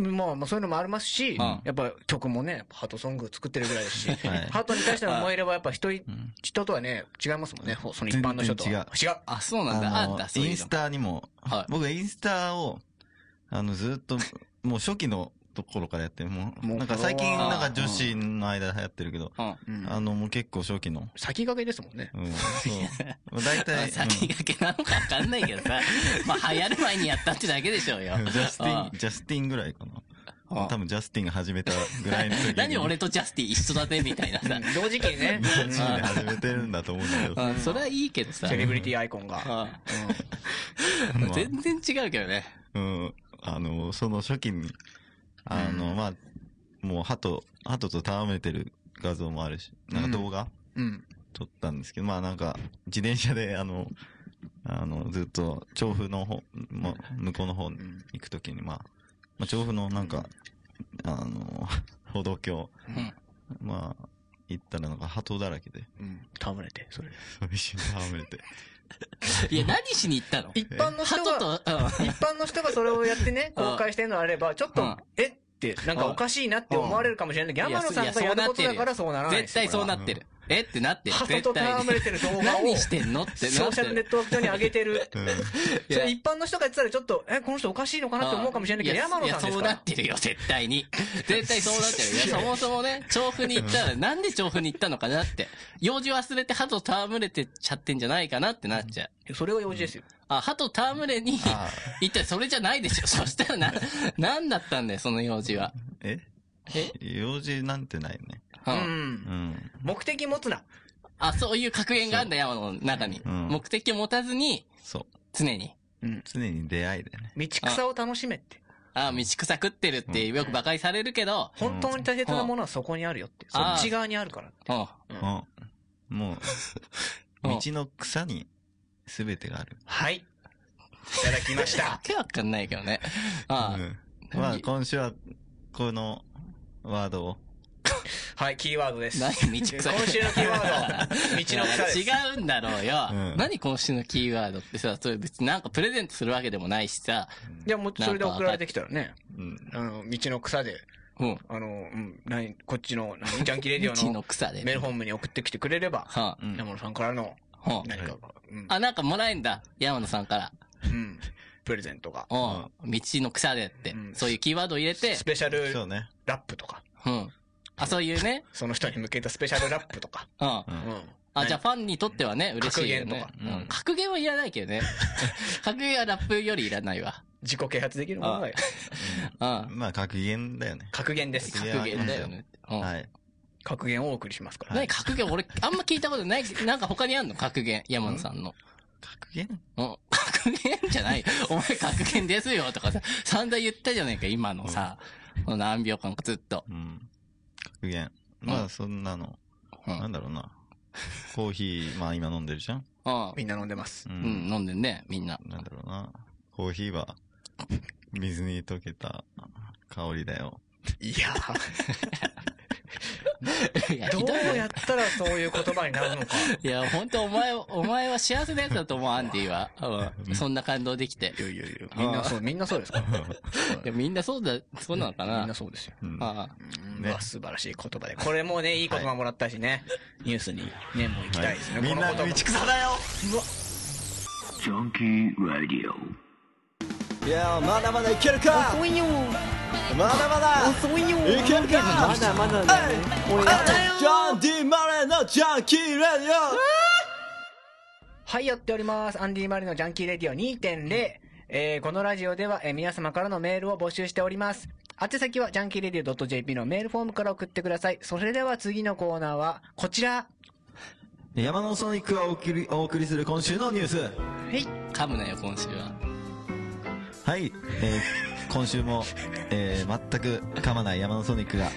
[SPEAKER 1] まあ、まあそういうのもありますし、
[SPEAKER 2] ん
[SPEAKER 1] やっぱ曲もね、やっぱハートソング作ってるぐらいですし、
[SPEAKER 3] い
[SPEAKER 1] ハートに対しての思い入れはやっぱ人い、
[SPEAKER 3] ん
[SPEAKER 1] 人とはね、違いますもんね、ほその一般の人とは。
[SPEAKER 3] 全然
[SPEAKER 1] 違う。
[SPEAKER 2] あ、そうなんだ。あんだ、そうい
[SPEAKER 3] イン
[SPEAKER 2] うの
[SPEAKER 3] ス。タにも、
[SPEAKER 2] はい
[SPEAKER 3] 僕はインスタを、あの、ずっと、もう初期のところからやって、もう、
[SPEAKER 1] もう
[SPEAKER 3] なんか最近、
[SPEAKER 1] これは
[SPEAKER 3] なんか女子の間で流行ってるけど、
[SPEAKER 2] うん。
[SPEAKER 1] うん
[SPEAKER 3] あの、もう結構初期の、
[SPEAKER 1] 先駆けですもんね。
[SPEAKER 2] [LAUGHS]
[SPEAKER 3] うん、そう。大
[SPEAKER 2] まあ
[SPEAKER 3] 体、
[SPEAKER 2] 先駆けなのかわかんないけどさ、まあ流行る前にやったってだけでしょうよ
[SPEAKER 3] うん。 [LAUGHS] ジャステ
[SPEAKER 2] あ
[SPEAKER 3] ィン、ジャスティンぐらいか
[SPEAKER 2] あ
[SPEAKER 3] な。多分ジャスティンが始めたぐらいの時
[SPEAKER 2] あ [LAUGHS]
[SPEAKER 3] に。
[SPEAKER 2] 何
[SPEAKER 3] [LAUGHS]
[SPEAKER 2] 俺とジャスティン一緒だぜみたいなさ。
[SPEAKER 1] 同時期にね、
[SPEAKER 3] ジャスティンで始めてるんだと思うんだけど。
[SPEAKER 2] あそれはいいけど
[SPEAKER 1] うん
[SPEAKER 2] さ
[SPEAKER 1] セ。レブリティアイコンが。
[SPEAKER 2] あ
[SPEAKER 1] うん
[SPEAKER 3] まあ
[SPEAKER 2] 全然違うけどね。
[SPEAKER 3] うん。あの、その初期に、あの、まあ、もう、鳩、鳩と戯れてる画像もあるし、なんか動画
[SPEAKER 1] うん。
[SPEAKER 3] 撮ったんですけど、まあなんか、自転車で、あの、あの、ずっと、調布の方、ま、向こうの方に
[SPEAKER 1] うん
[SPEAKER 3] 行くときに、まあ、まあ、調布のなんか、あの、歩道橋、 [LAUGHS]
[SPEAKER 2] うん。
[SPEAKER 3] まあ、行ったらなんか鳩だらけで、
[SPEAKER 1] うん、戯れて、それ。
[SPEAKER 3] 寂しいな、めて。
[SPEAKER 2] いや、何しに行ったの
[SPEAKER 1] 一般の人
[SPEAKER 2] 鳩
[SPEAKER 1] が、
[SPEAKER 2] と、うん。
[SPEAKER 1] 一般の人がそれをやって [LAUGHS] ね、
[SPEAKER 2] うん
[SPEAKER 1] 公開してるのあれば、ちょっ
[SPEAKER 2] う
[SPEAKER 1] と
[SPEAKER 2] ん、
[SPEAKER 1] えって、なんかおかしいなって思われるかもしれないけど、
[SPEAKER 2] うんいや
[SPEAKER 1] 山野さんがやることだからそうならないです
[SPEAKER 2] 絶対そうなってる。えってなってる。
[SPEAKER 1] 鳩と
[SPEAKER 2] 絶対
[SPEAKER 1] 戯れてる動画を
[SPEAKER 2] [LAUGHS] 何してんのって
[SPEAKER 1] ソ
[SPEAKER 2] な
[SPEAKER 1] ー
[SPEAKER 2] っ
[SPEAKER 1] シ
[SPEAKER 2] て
[SPEAKER 1] ャルネ
[SPEAKER 2] る。
[SPEAKER 1] ットワーク上に上げてる。
[SPEAKER 3] うん。
[SPEAKER 2] い
[SPEAKER 1] そ
[SPEAKER 2] や
[SPEAKER 1] れ一般の人がやってたらちょっと、え、この人おかしいのかなって思うかもしれないけど、
[SPEAKER 2] や
[SPEAKER 1] 山野さん
[SPEAKER 2] い
[SPEAKER 1] で
[SPEAKER 2] や、そ
[SPEAKER 1] す
[SPEAKER 2] う
[SPEAKER 1] か
[SPEAKER 2] な
[SPEAKER 1] ら
[SPEAKER 2] っ。てるよ、絶対に。絶対そうなって
[SPEAKER 1] [LAUGHS]
[SPEAKER 2] る。いや、そもそもね、調布に行ったら、なんで調布に行ったのかなって。用事忘れて鳩戯れてちゃってんじゃないかなってなっちゃう。
[SPEAKER 1] それが用事ですよ。
[SPEAKER 2] あ、鳩戯れに
[SPEAKER 3] あ
[SPEAKER 2] 行ったらそれじゃないでしょ。そしたら
[SPEAKER 1] [LAUGHS]
[SPEAKER 2] な、なんだったんだよ、その用事は。
[SPEAKER 3] え
[SPEAKER 2] え
[SPEAKER 3] 用事なんてないね。
[SPEAKER 2] う
[SPEAKER 1] うんん
[SPEAKER 3] う。ん。
[SPEAKER 1] 目的持つな。
[SPEAKER 2] あ、そういう格言があるんだよ、山の中に。
[SPEAKER 3] うん
[SPEAKER 2] 目的を持たずに、
[SPEAKER 3] そう。
[SPEAKER 2] 常に。
[SPEAKER 1] うん。
[SPEAKER 3] 常に出会いだよね。
[SPEAKER 1] 道草を楽しめって。
[SPEAKER 2] あ、道草食ってるってよく馬鹿にされるけど、
[SPEAKER 1] 本当に大切なものはそこにあるよって。そっち側にあるから。
[SPEAKER 2] うん。
[SPEAKER 3] うん。もう、
[SPEAKER 2] [LAUGHS] うん
[SPEAKER 3] 道の草に全てがある。
[SPEAKER 1] はい。いただきました
[SPEAKER 2] わ。けわかんないけどね。ああ、
[SPEAKER 3] うん。まあ、今週は、このワードを。
[SPEAKER 1] はい、キーワードです。
[SPEAKER 2] 何道
[SPEAKER 1] 今
[SPEAKER 2] 草
[SPEAKER 1] 週のキーワード、道の草です。
[SPEAKER 2] 違うんだろうよ。
[SPEAKER 3] うん
[SPEAKER 2] 何今週のキーワードってさ、それ別になんかプレゼントするわけでもないしさ、
[SPEAKER 1] いや、もうそれで送られてきたらね、
[SPEAKER 3] うん。
[SPEAKER 1] あの、道の草で、
[SPEAKER 2] うん。
[SPEAKER 1] あの、うん、何こっちの、何ジャンキーレデ
[SPEAKER 2] [LAUGHS] 道
[SPEAKER 1] ィオの
[SPEAKER 2] の草で。
[SPEAKER 1] メールホームに送ってきてくれれば、
[SPEAKER 2] は
[SPEAKER 3] うん
[SPEAKER 1] 山野さんからの
[SPEAKER 2] あ、はあ。
[SPEAKER 1] 何かが、うん、
[SPEAKER 2] あ、なんかもらえんだ。山野さんから。
[SPEAKER 1] うん、プレゼントが
[SPEAKER 2] う、ん。道の草でって
[SPEAKER 1] う。ん
[SPEAKER 2] そういうキーワードを入れて
[SPEAKER 1] ス、ペシャル
[SPEAKER 3] そうね。
[SPEAKER 1] ラップとか、
[SPEAKER 2] うん。あ、そういうね。
[SPEAKER 1] その人に向けたスペシャルラップとか、
[SPEAKER 2] [LAUGHS] うん。
[SPEAKER 1] う
[SPEAKER 3] う。
[SPEAKER 1] んん。
[SPEAKER 2] あ、じゃあファンにとってはね、嬉しいよね。
[SPEAKER 1] 格
[SPEAKER 2] う
[SPEAKER 3] 言とか
[SPEAKER 2] ん格言はいらないけど
[SPEAKER 1] [LAUGHS]
[SPEAKER 2] ね。格言はラップよりいらないわ。
[SPEAKER 1] 自己啓発できるものが
[SPEAKER 2] うん。
[SPEAKER 3] まあ、格言だよね。
[SPEAKER 1] 格言です。
[SPEAKER 2] 格言だよね。うん
[SPEAKER 3] はい。
[SPEAKER 1] 格言をお送りしますから。
[SPEAKER 2] 何格言俺、あんま聞いたことない。なんか他にあんの格言。山野さんの。
[SPEAKER 3] 格言
[SPEAKER 2] うん。 [LAUGHS] 格言じゃない。お前格言ですよとかさ、散々言ったじゃないか、今のさ。この何秒間かずっと。
[SPEAKER 3] うん。格言。ま
[SPEAKER 2] う
[SPEAKER 3] あ、そんなの、
[SPEAKER 2] うん。う
[SPEAKER 3] なん
[SPEAKER 2] ん。
[SPEAKER 3] だろうな。コーヒー、 [LAUGHS] まあ今飲んでるじゃん
[SPEAKER 1] みんな飲んでます。
[SPEAKER 3] う
[SPEAKER 2] うん、
[SPEAKER 3] ん。
[SPEAKER 2] 飲んでんね、みんな。
[SPEAKER 3] なんだろうな。コーヒーは、水に溶けた香りだよ。
[SPEAKER 1] いや
[SPEAKER 2] いや、
[SPEAKER 1] ど
[SPEAKER 2] ひどいよ
[SPEAKER 1] うやったらそういう言葉になるのか。
[SPEAKER 2] いや、ほんとお前、お前は幸せなやつだと思う、アンディは。うん。そんな感動できて。
[SPEAKER 1] いやいやいや、みんなそう、みんなそうですから。
[SPEAKER 2] いや、みんなそうだ、そうなのかな。
[SPEAKER 1] みんなそうですよ。
[SPEAKER 3] うん
[SPEAKER 2] あ
[SPEAKER 1] うん
[SPEAKER 3] ね
[SPEAKER 1] うわ素晴らしい言葉で。これもね、いい言葉もらったしね、ニュースにね、もう行きたいですね。
[SPEAKER 3] みんな
[SPEAKER 1] この
[SPEAKER 3] 道
[SPEAKER 1] 言葉
[SPEAKER 3] 草だよ
[SPEAKER 4] いやーまだまだいけるか遅いよまだまだ遅いよいけるかまだまだだよジャンディ・マレーのジャンキー・レディ
[SPEAKER 1] はい、やっております。アンディ・マリのジャンキーレディオ2.0。えーこのラジオでは、えー皆様からのメールを募集しております。宛先は、ジャンキーレディオ .jp のメールフォームから送ってください。それでは次のコーナーは、こちら。
[SPEAKER 4] 山のソニックがお送りお送りする今週のニュース
[SPEAKER 1] はい。
[SPEAKER 2] 噛むなよ、今週は。
[SPEAKER 3] はい、えー今週も、えー全く噛まない山のソニックが、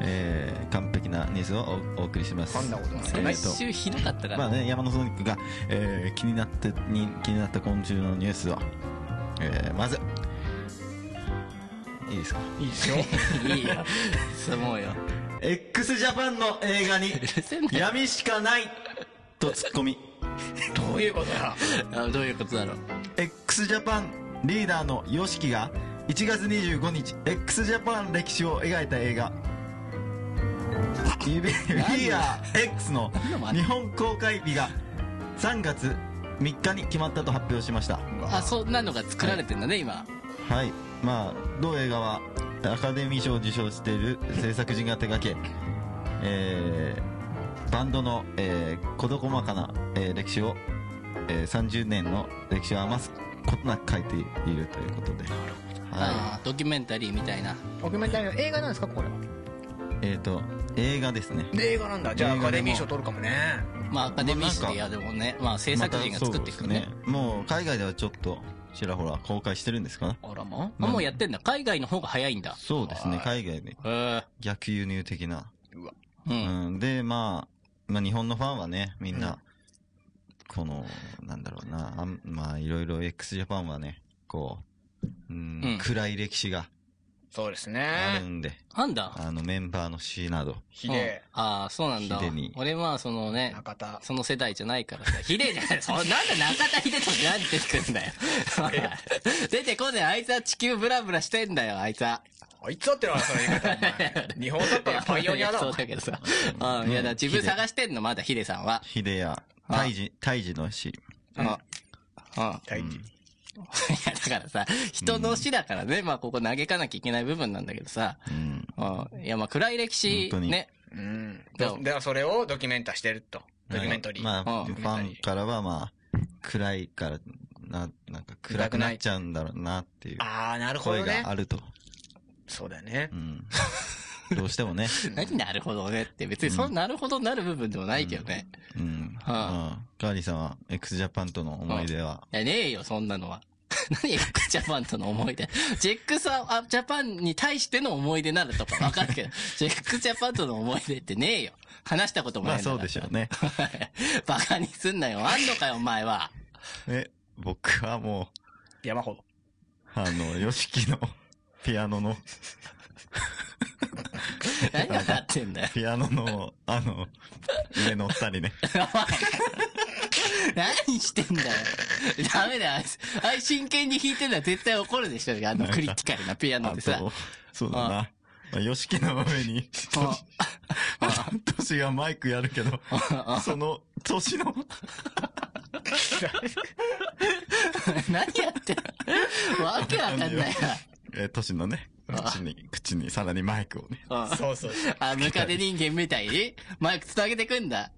[SPEAKER 3] えー完璧なニュースをおお送りします。
[SPEAKER 1] 噛んだことない
[SPEAKER 3] え
[SPEAKER 2] 先
[SPEAKER 3] ーと
[SPEAKER 2] 週ひどかったから。
[SPEAKER 3] ま
[SPEAKER 2] [LAUGHS]
[SPEAKER 3] あね、山のソニックが、えー気になってに、気になった今週のニュースを、えーまず、いいですか
[SPEAKER 1] いいですよ。
[SPEAKER 2] いいよ。すごいよ。
[SPEAKER 3] ?X ジャパンの映画
[SPEAKER 1] [LAUGHS]
[SPEAKER 3] に
[SPEAKER 2] 許せない
[SPEAKER 3] 闇しかないとツッコミ。
[SPEAKER 1] どういうことだ
[SPEAKER 2] あどういうことだろう。
[SPEAKER 3] x ジャパンリーダーの YOSHIKI が1月25日 x ジャパン歴史を描いた映画「We Are X」の日本公開日が3月3日に決まったと発表しました
[SPEAKER 2] あ、そんなのが作られてんだね、今。
[SPEAKER 3] はいまあ同映画はアカデミー賞を受賞している制作陣が手掛け、えーバンドの、えー、事細かな、えー歴史を、えー30年の歴史を余すことなく書いているということで、は
[SPEAKER 2] あードキュメンタリーみたいな。
[SPEAKER 1] オキュメンタリーの映画なんですかこれは。
[SPEAKER 3] い、えっ、と映画ですね
[SPEAKER 1] 映画なんだ。じゃあ、
[SPEAKER 3] 映
[SPEAKER 1] ア
[SPEAKER 3] 画でも
[SPEAKER 1] カデミー賞取るかもね。
[SPEAKER 2] まあ、アカデミー賞でやでもね、まあ、制作陣が作っていくね。
[SPEAKER 3] またそうですもう海外ではちょっとちらほら公開してるんですかね
[SPEAKER 1] あらま
[SPEAKER 2] あ、もうやってんだ。海外の方が早いんだ。
[SPEAKER 3] そうですね海外で
[SPEAKER 2] へえ。
[SPEAKER 3] 逆輸入的な
[SPEAKER 2] う。
[SPEAKER 3] うんん、で、まあ、まあ、日本のファンはね、みんな、この、なんだろうな、あんまあ、いろいろ x ジャパンはね、こう、うん
[SPEAKER 2] うん
[SPEAKER 3] 暗い歴史が
[SPEAKER 1] そうです
[SPEAKER 3] あ
[SPEAKER 1] ね
[SPEAKER 3] る。んで、
[SPEAKER 2] あんだ。
[SPEAKER 3] あのメンバーの死など。
[SPEAKER 1] ひで
[SPEAKER 2] うんああ、そうなんだ
[SPEAKER 3] ひでに。
[SPEAKER 2] 俺は、その
[SPEAKER 1] え、
[SPEAKER 2] ね、
[SPEAKER 1] 中田。
[SPEAKER 2] その世代じゃないからさ、ひでえじゃない。そなんで中田秀となんで出てくんだ
[SPEAKER 1] [LAUGHS]
[SPEAKER 2] よ。出てこねえ。あいつは地球ブラブラしてんだよ、あいつは。
[SPEAKER 1] あいつだってのはその言い方、お
[SPEAKER 2] [LAUGHS]
[SPEAKER 1] 前。日本だったらパイオニアだ
[SPEAKER 2] そ
[SPEAKER 1] もん
[SPEAKER 2] う。だけどさ。うん、いやだ、自分探してんの、まだヒデさんは。
[SPEAKER 3] ヒデや、
[SPEAKER 2] あ
[SPEAKER 3] 胎児、胎児の死。
[SPEAKER 2] うん。うん。いや、
[SPEAKER 1] 大事
[SPEAKER 2] だからさ、人の死だからね、まあここ嘆かなきゃいけない部分なんだけどさ。
[SPEAKER 3] うん。
[SPEAKER 2] うん。いや、まあ暗い歴史、
[SPEAKER 3] 本当に
[SPEAKER 2] ね。
[SPEAKER 1] うん。
[SPEAKER 2] でも
[SPEAKER 1] どではそれをドキュメンタしてると。ドキュメントリー。
[SPEAKER 3] まあ、
[SPEAKER 2] うん
[SPEAKER 3] ファンからはまあ、暗いから、な、なんか暗くなっちゃうんだろうなっていう
[SPEAKER 1] ああ、なるほ
[SPEAKER 3] 声
[SPEAKER 1] どね
[SPEAKER 3] が。あると。
[SPEAKER 1] そうだよね
[SPEAKER 3] う。ん。どうしてもね。
[SPEAKER 2] 何なるほどねって、別にそのなるほどなる部分でもないけどね。
[SPEAKER 3] うん。
[SPEAKER 2] は
[SPEAKER 3] まあガーリーさんは x ジャパンとの思い出は、
[SPEAKER 2] いや、ねえよ、そんなのは。 [LAUGHS] 何 x ジャパンとの思い出。ジェックスアジャパンに対しての思い出ならとかわかるけど、
[SPEAKER 3] [LAUGHS]
[SPEAKER 2] ジェックスジャパンとの思い出ってねえよ。話したことも
[SPEAKER 3] ま
[SPEAKER 2] ない
[SPEAKER 3] あ
[SPEAKER 2] んだか
[SPEAKER 3] そ
[SPEAKER 2] ら
[SPEAKER 3] うでしょ
[SPEAKER 2] [LAUGHS]
[SPEAKER 3] うね。
[SPEAKER 2] バカにすんなよ。あんのかよ、お前
[SPEAKER 3] [LAUGHS]
[SPEAKER 2] は。
[SPEAKER 3] え、僕はもう、
[SPEAKER 1] 山ほど。
[SPEAKER 3] あの、ヨシキのピアノの、
[SPEAKER 2] 何がなってんだよ。
[SPEAKER 3] ピアノの、あの、上乗っ
[SPEAKER 2] [LAUGHS]
[SPEAKER 3] たりね。
[SPEAKER 2] 何してんだよ。ダメだよ。あいつあいつ真剣に弾いてんだら絶対怒るでしょ。あのクリティカルなピアノ
[SPEAKER 3] あ
[SPEAKER 2] でさ。
[SPEAKER 3] と、そうだな。まあ、ヨシキの上に、
[SPEAKER 2] うん
[SPEAKER 3] トシがマイクやるけど、その、年の、
[SPEAKER 2] 何やってんのわけわかんないわ。
[SPEAKER 3] えー、トシのね、口に、口に、さらにマイクをね。
[SPEAKER 2] うん
[SPEAKER 1] そうそうそう。
[SPEAKER 2] あ、ムカデ人間みたいにマイク繋げてくんだ。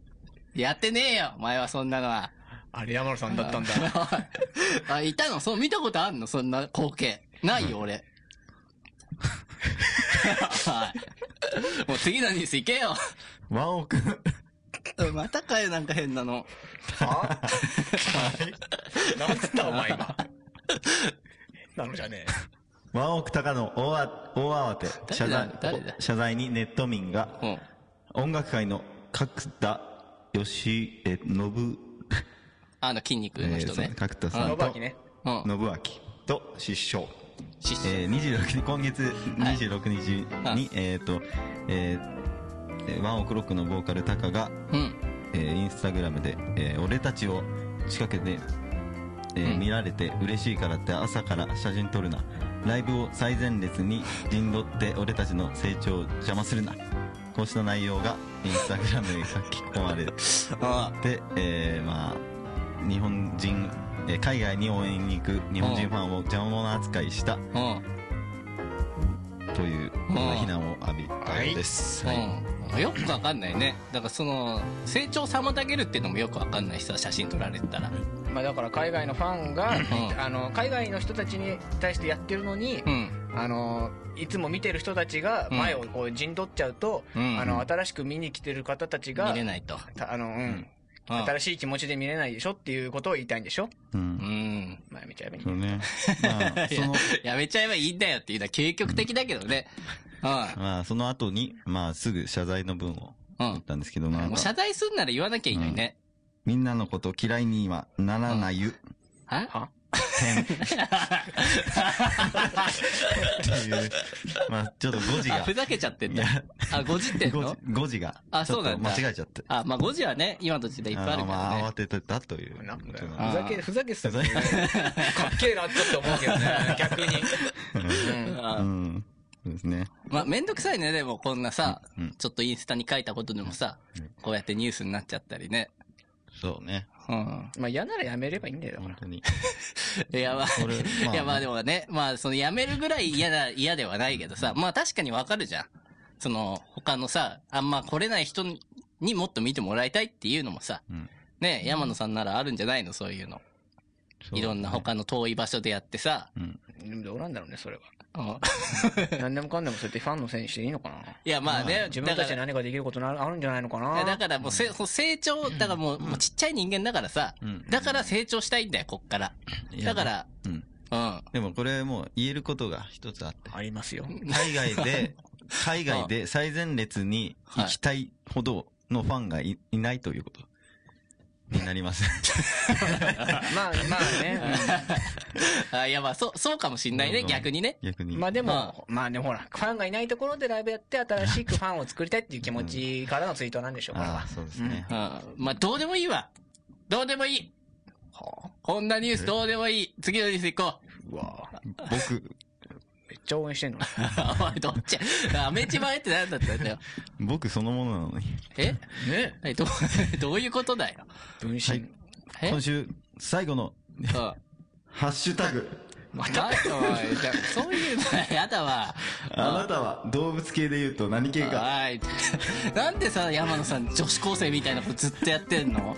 [SPEAKER 2] やってねえよ、お前はそんなのは。
[SPEAKER 1] あれ山野さんだ [LAUGHS] ったんだ。
[SPEAKER 2] [LAUGHS] あ、いたのそう、見たことあんのそんな光景。ないよ、俺。はいもう次のニュース行け [LAUGHS] よ。
[SPEAKER 3] ワンオク、
[SPEAKER 2] うんまたかよ、なんか変なの。
[SPEAKER 1] はなんつったお前今。 [LAUGHS] なのじゃね
[SPEAKER 3] ワンオク高野大あ大慌て、謝
[SPEAKER 2] 誰だ
[SPEAKER 3] 罪
[SPEAKER 2] 誰だ、
[SPEAKER 3] 謝罪にネット民が
[SPEAKER 2] う、ん。
[SPEAKER 3] 音楽界の角田義、え、信、
[SPEAKER 2] あの、筋肉
[SPEAKER 3] え
[SPEAKER 2] の
[SPEAKER 3] ー
[SPEAKER 2] 人
[SPEAKER 3] そう
[SPEAKER 2] ね。
[SPEAKER 3] 角田
[SPEAKER 1] え。
[SPEAKER 3] さん
[SPEAKER 1] 信
[SPEAKER 3] と、
[SPEAKER 1] 明
[SPEAKER 3] 信
[SPEAKER 1] ね。
[SPEAKER 2] うん。
[SPEAKER 3] 明と失笑。
[SPEAKER 2] 失
[SPEAKER 3] え
[SPEAKER 2] 踪
[SPEAKER 3] ー、26日、今月26日
[SPEAKER 2] はい
[SPEAKER 3] に、えっと、えーえーワンオクロックのボーカルタカが、
[SPEAKER 2] うん。
[SPEAKER 3] えーインスタグラムで、えー俺たちを近くで、えー
[SPEAKER 2] うん
[SPEAKER 3] 見られて嬉しいからって朝から写真撮るなライブを最前列に陣取って俺たちの成長を邪魔するなこうした内容がインスタグラムに書き込まれ
[SPEAKER 2] あ
[SPEAKER 3] て、えーまあ日本人、えー海外に応援に行く日本人ファンを邪魔扱いした
[SPEAKER 2] あ。うん。
[SPEAKER 3] という
[SPEAKER 2] うん
[SPEAKER 3] 非難を浴びたようです、はい
[SPEAKER 2] うん。よくわかんないね。だからその、成長を妨げるっていうのもよくわかんない人は写真撮られてたら。
[SPEAKER 1] まあだから海外のファンが
[SPEAKER 2] ん、
[SPEAKER 1] あの、海外の人たちに対してやってるのに
[SPEAKER 2] う、ん。
[SPEAKER 1] あの、いつも見てる人たちが
[SPEAKER 2] うん
[SPEAKER 1] 前をこう陣取っちゃうと、
[SPEAKER 2] うん
[SPEAKER 1] あの、新しく見に来てる方たち
[SPEAKER 2] 見
[SPEAKER 1] が
[SPEAKER 2] れ、ないと。
[SPEAKER 1] たあの、うん、
[SPEAKER 2] うん
[SPEAKER 1] 新しい気持ちで見れないでしょっていうことを言いたいんでしょ
[SPEAKER 3] うん
[SPEAKER 2] うん。
[SPEAKER 1] まあ見ちゃえばいい
[SPEAKER 3] そう。ねまあその
[SPEAKER 2] やめちゃえばいいんだよっていうのは究極的だけどね。う
[SPEAKER 3] まあ、その後に、まあ、すぐ謝罪の分を
[SPEAKER 2] ん。
[SPEAKER 3] 言ったんですけど、ま
[SPEAKER 2] う
[SPEAKER 3] あ
[SPEAKER 2] ん。もう謝罪すんなら言わなきゃいいのにね。
[SPEAKER 3] みんなのこと嫌いにはならないゆ、
[SPEAKER 2] は
[SPEAKER 1] は
[SPEAKER 3] っていう、まあ、ちょっと誤字
[SPEAKER 2] あ、
[SPEAKER 3] が
[SPEAKER 2] ふ、ざけちゃってん
[SPEAKER 3] い
[SPEAKER 2] だ
[SPEAKER 3] や。
[SPEAKER 2] あ、誤字ってん
[SPEAKER 3] 誤
[SPEAKER 2] の
[SPEAKER 3] 字誤字が、
[SPEAKER 2] あ
[SPEAKER 3] ちょ
[SPEAKER 2] そう
[SPEAKER 3] っ
[SPEAKER 2] な
[SPEAKER 3] と
[SPEAKER 2] んだ
[SPEAKER 3] 間違えちゃって、
[SPEAKER 2] あ、まあ誤字はね、今の時代いっぱいある
[SPEAKER 3] の
[SPEAKER 2] か
[SPEAKER 3] ま
[SPEAKER 2] ら
[SPEAKER 3] あ、慌
[SPEAKER 2] ね。
[SPEAKER 3] ててたという。
[SPEAKER 1] なんだよ
[SPEAKER 3] こと
[SPEAKER 1] ふ
[SPEAKER 3] なん
[SPEAKER 1] ざけ、ふざけてたんだよねかっけえなってちょっと思うけど
[SPEAKER 2] [LAUGHS]
[SPEAKER 1] ね、逆に。うん
[SPEAKER 3] う
[SPEAKER 2] あ
[SPEAKER 3] ん。そうですね。
[SPEAKER 2] まあ、めんどくさいね、でもこんなさ
[SPEAKER 3] うんうん、
[SPEAKER 2] ちょっとインスタに書いたことでもさ、こうやってニュースになっちゃったりね。
[SPEAKER 3] そうね。
[SPEAKER 2] うん。
[SPEAKER 1] まあ嫌ならやめればいいんだよ、だか
[SPEAKER 3] 本
[SPEAKER 1] ら。
[SPEAKER 3] 当に。
[SPEAKER 2] いや、まあ、
[SPEAKER 3] これまあ
[SPEAKER 2] いや、まあでもね、まあ、その、やめるぐらい嫌だ、嫌ではないけどさ、まあ確かにわかるじゃん。その、他のさ、あんま来れない人にもっと見てもらいたいっていうのもさ、
[SPEAKER 3] うん
[SPEAKER 2] ね、山野さんならあるんじゃないのそういうの。いろんな他の遠い場所でやってさ、
[SPEAKER 3] うん。
[SPEAKER 1] でもどうなんだろうね、それは。 [LAUGHS]
[SPEAKER 2] うん [LAUGHS]
[SPEAKER 1] 何でもかんでもそうやってファンのせいにしていいのかな。
[SPEAKER 2] いや、まあね、
[SPEAKER 1] 自分たちで
[SPEAKER 2] だか
[SPEAKER 1] 何かできることなあるんじゃないのかな。
[SPEAKER 2] ら、だからもうせ、そう成長、だからもう、もうちっちゃい人間だからさ、
[SPEAKER 3] うん
[SPEAKER 2] だから成長したいんだよ、こっから。だから、
[SPEAKER 3] うん。
[SPEAKER 2] うん。
[SPEAKER 3] でもこれもう言えることが一つ
[SPEAKER 2] [LAUGHS]
[SPEAKER 3] あって。
[SPEAKER 1] ありますよ。
[SPEAKER 3] 海外で、海外で最前列に行きたいほどのファンがいいないということ。にな
[SPEAKER 2] [LAUGHS]
[SPEAKER 3] ります。
[SPEAKER 1] まあまあね。
[SPEAKER 2] あ、いや、まあ、そう、そうかもしんないね、逆にね。
[SPEAKER 3] 逆
[SPEAKER 1] う
[SPEAKER 3] に。
[SPEAKER 1] んまあで
[SPEAKER 2] ま
[SPEAKER 1] も、まあね、ほら、ファンがいないところでライブやって、新しくファンを作りたいっていう気持ちからのツイートなんでしょう、これ
[SPEAKER 3] あ
[SPEAKER 1] は
[SPEAKER 3] あ、。そうですね。
[SPEAKER 2] うん。まあ、どうでもいいわ。どうでもいい。こんなニュースどうでもいい。次のニュース行こう。
[SPEAKER 1] うわぁ
[SPEAKER 3] 僕、
[SPEAKER 1] めっちゃ応援してんの。
[SPEAKER 2] おい、どっちアメチバエって何だったんだよ。
[SPEAKER 3] 僕そのものなのに。
[SPEAKER 2] え
[SPEAKER 1] ね
[SPEAKER 2] えどう、どういうことだよ。
[SPEAKER 1] 分
[SPEAKER 3] は
[SPEAKER 1] 身
[SPEAKER 3] い。
[SPEAKER 2] え
[SPEAKER 3] 今週、最後の、
[SPEAKER 2] うん。
[SPEAKER 3] ハッシュタグ。
[SPEAKER 2] またおい、じゃそういうのやだわ。
[SPEAKER 3] あなたは動物系で言うと何系か。
[SPEAKER 2] はい。なんでさ、山野さん、女子高生みたいなことずっとやってんの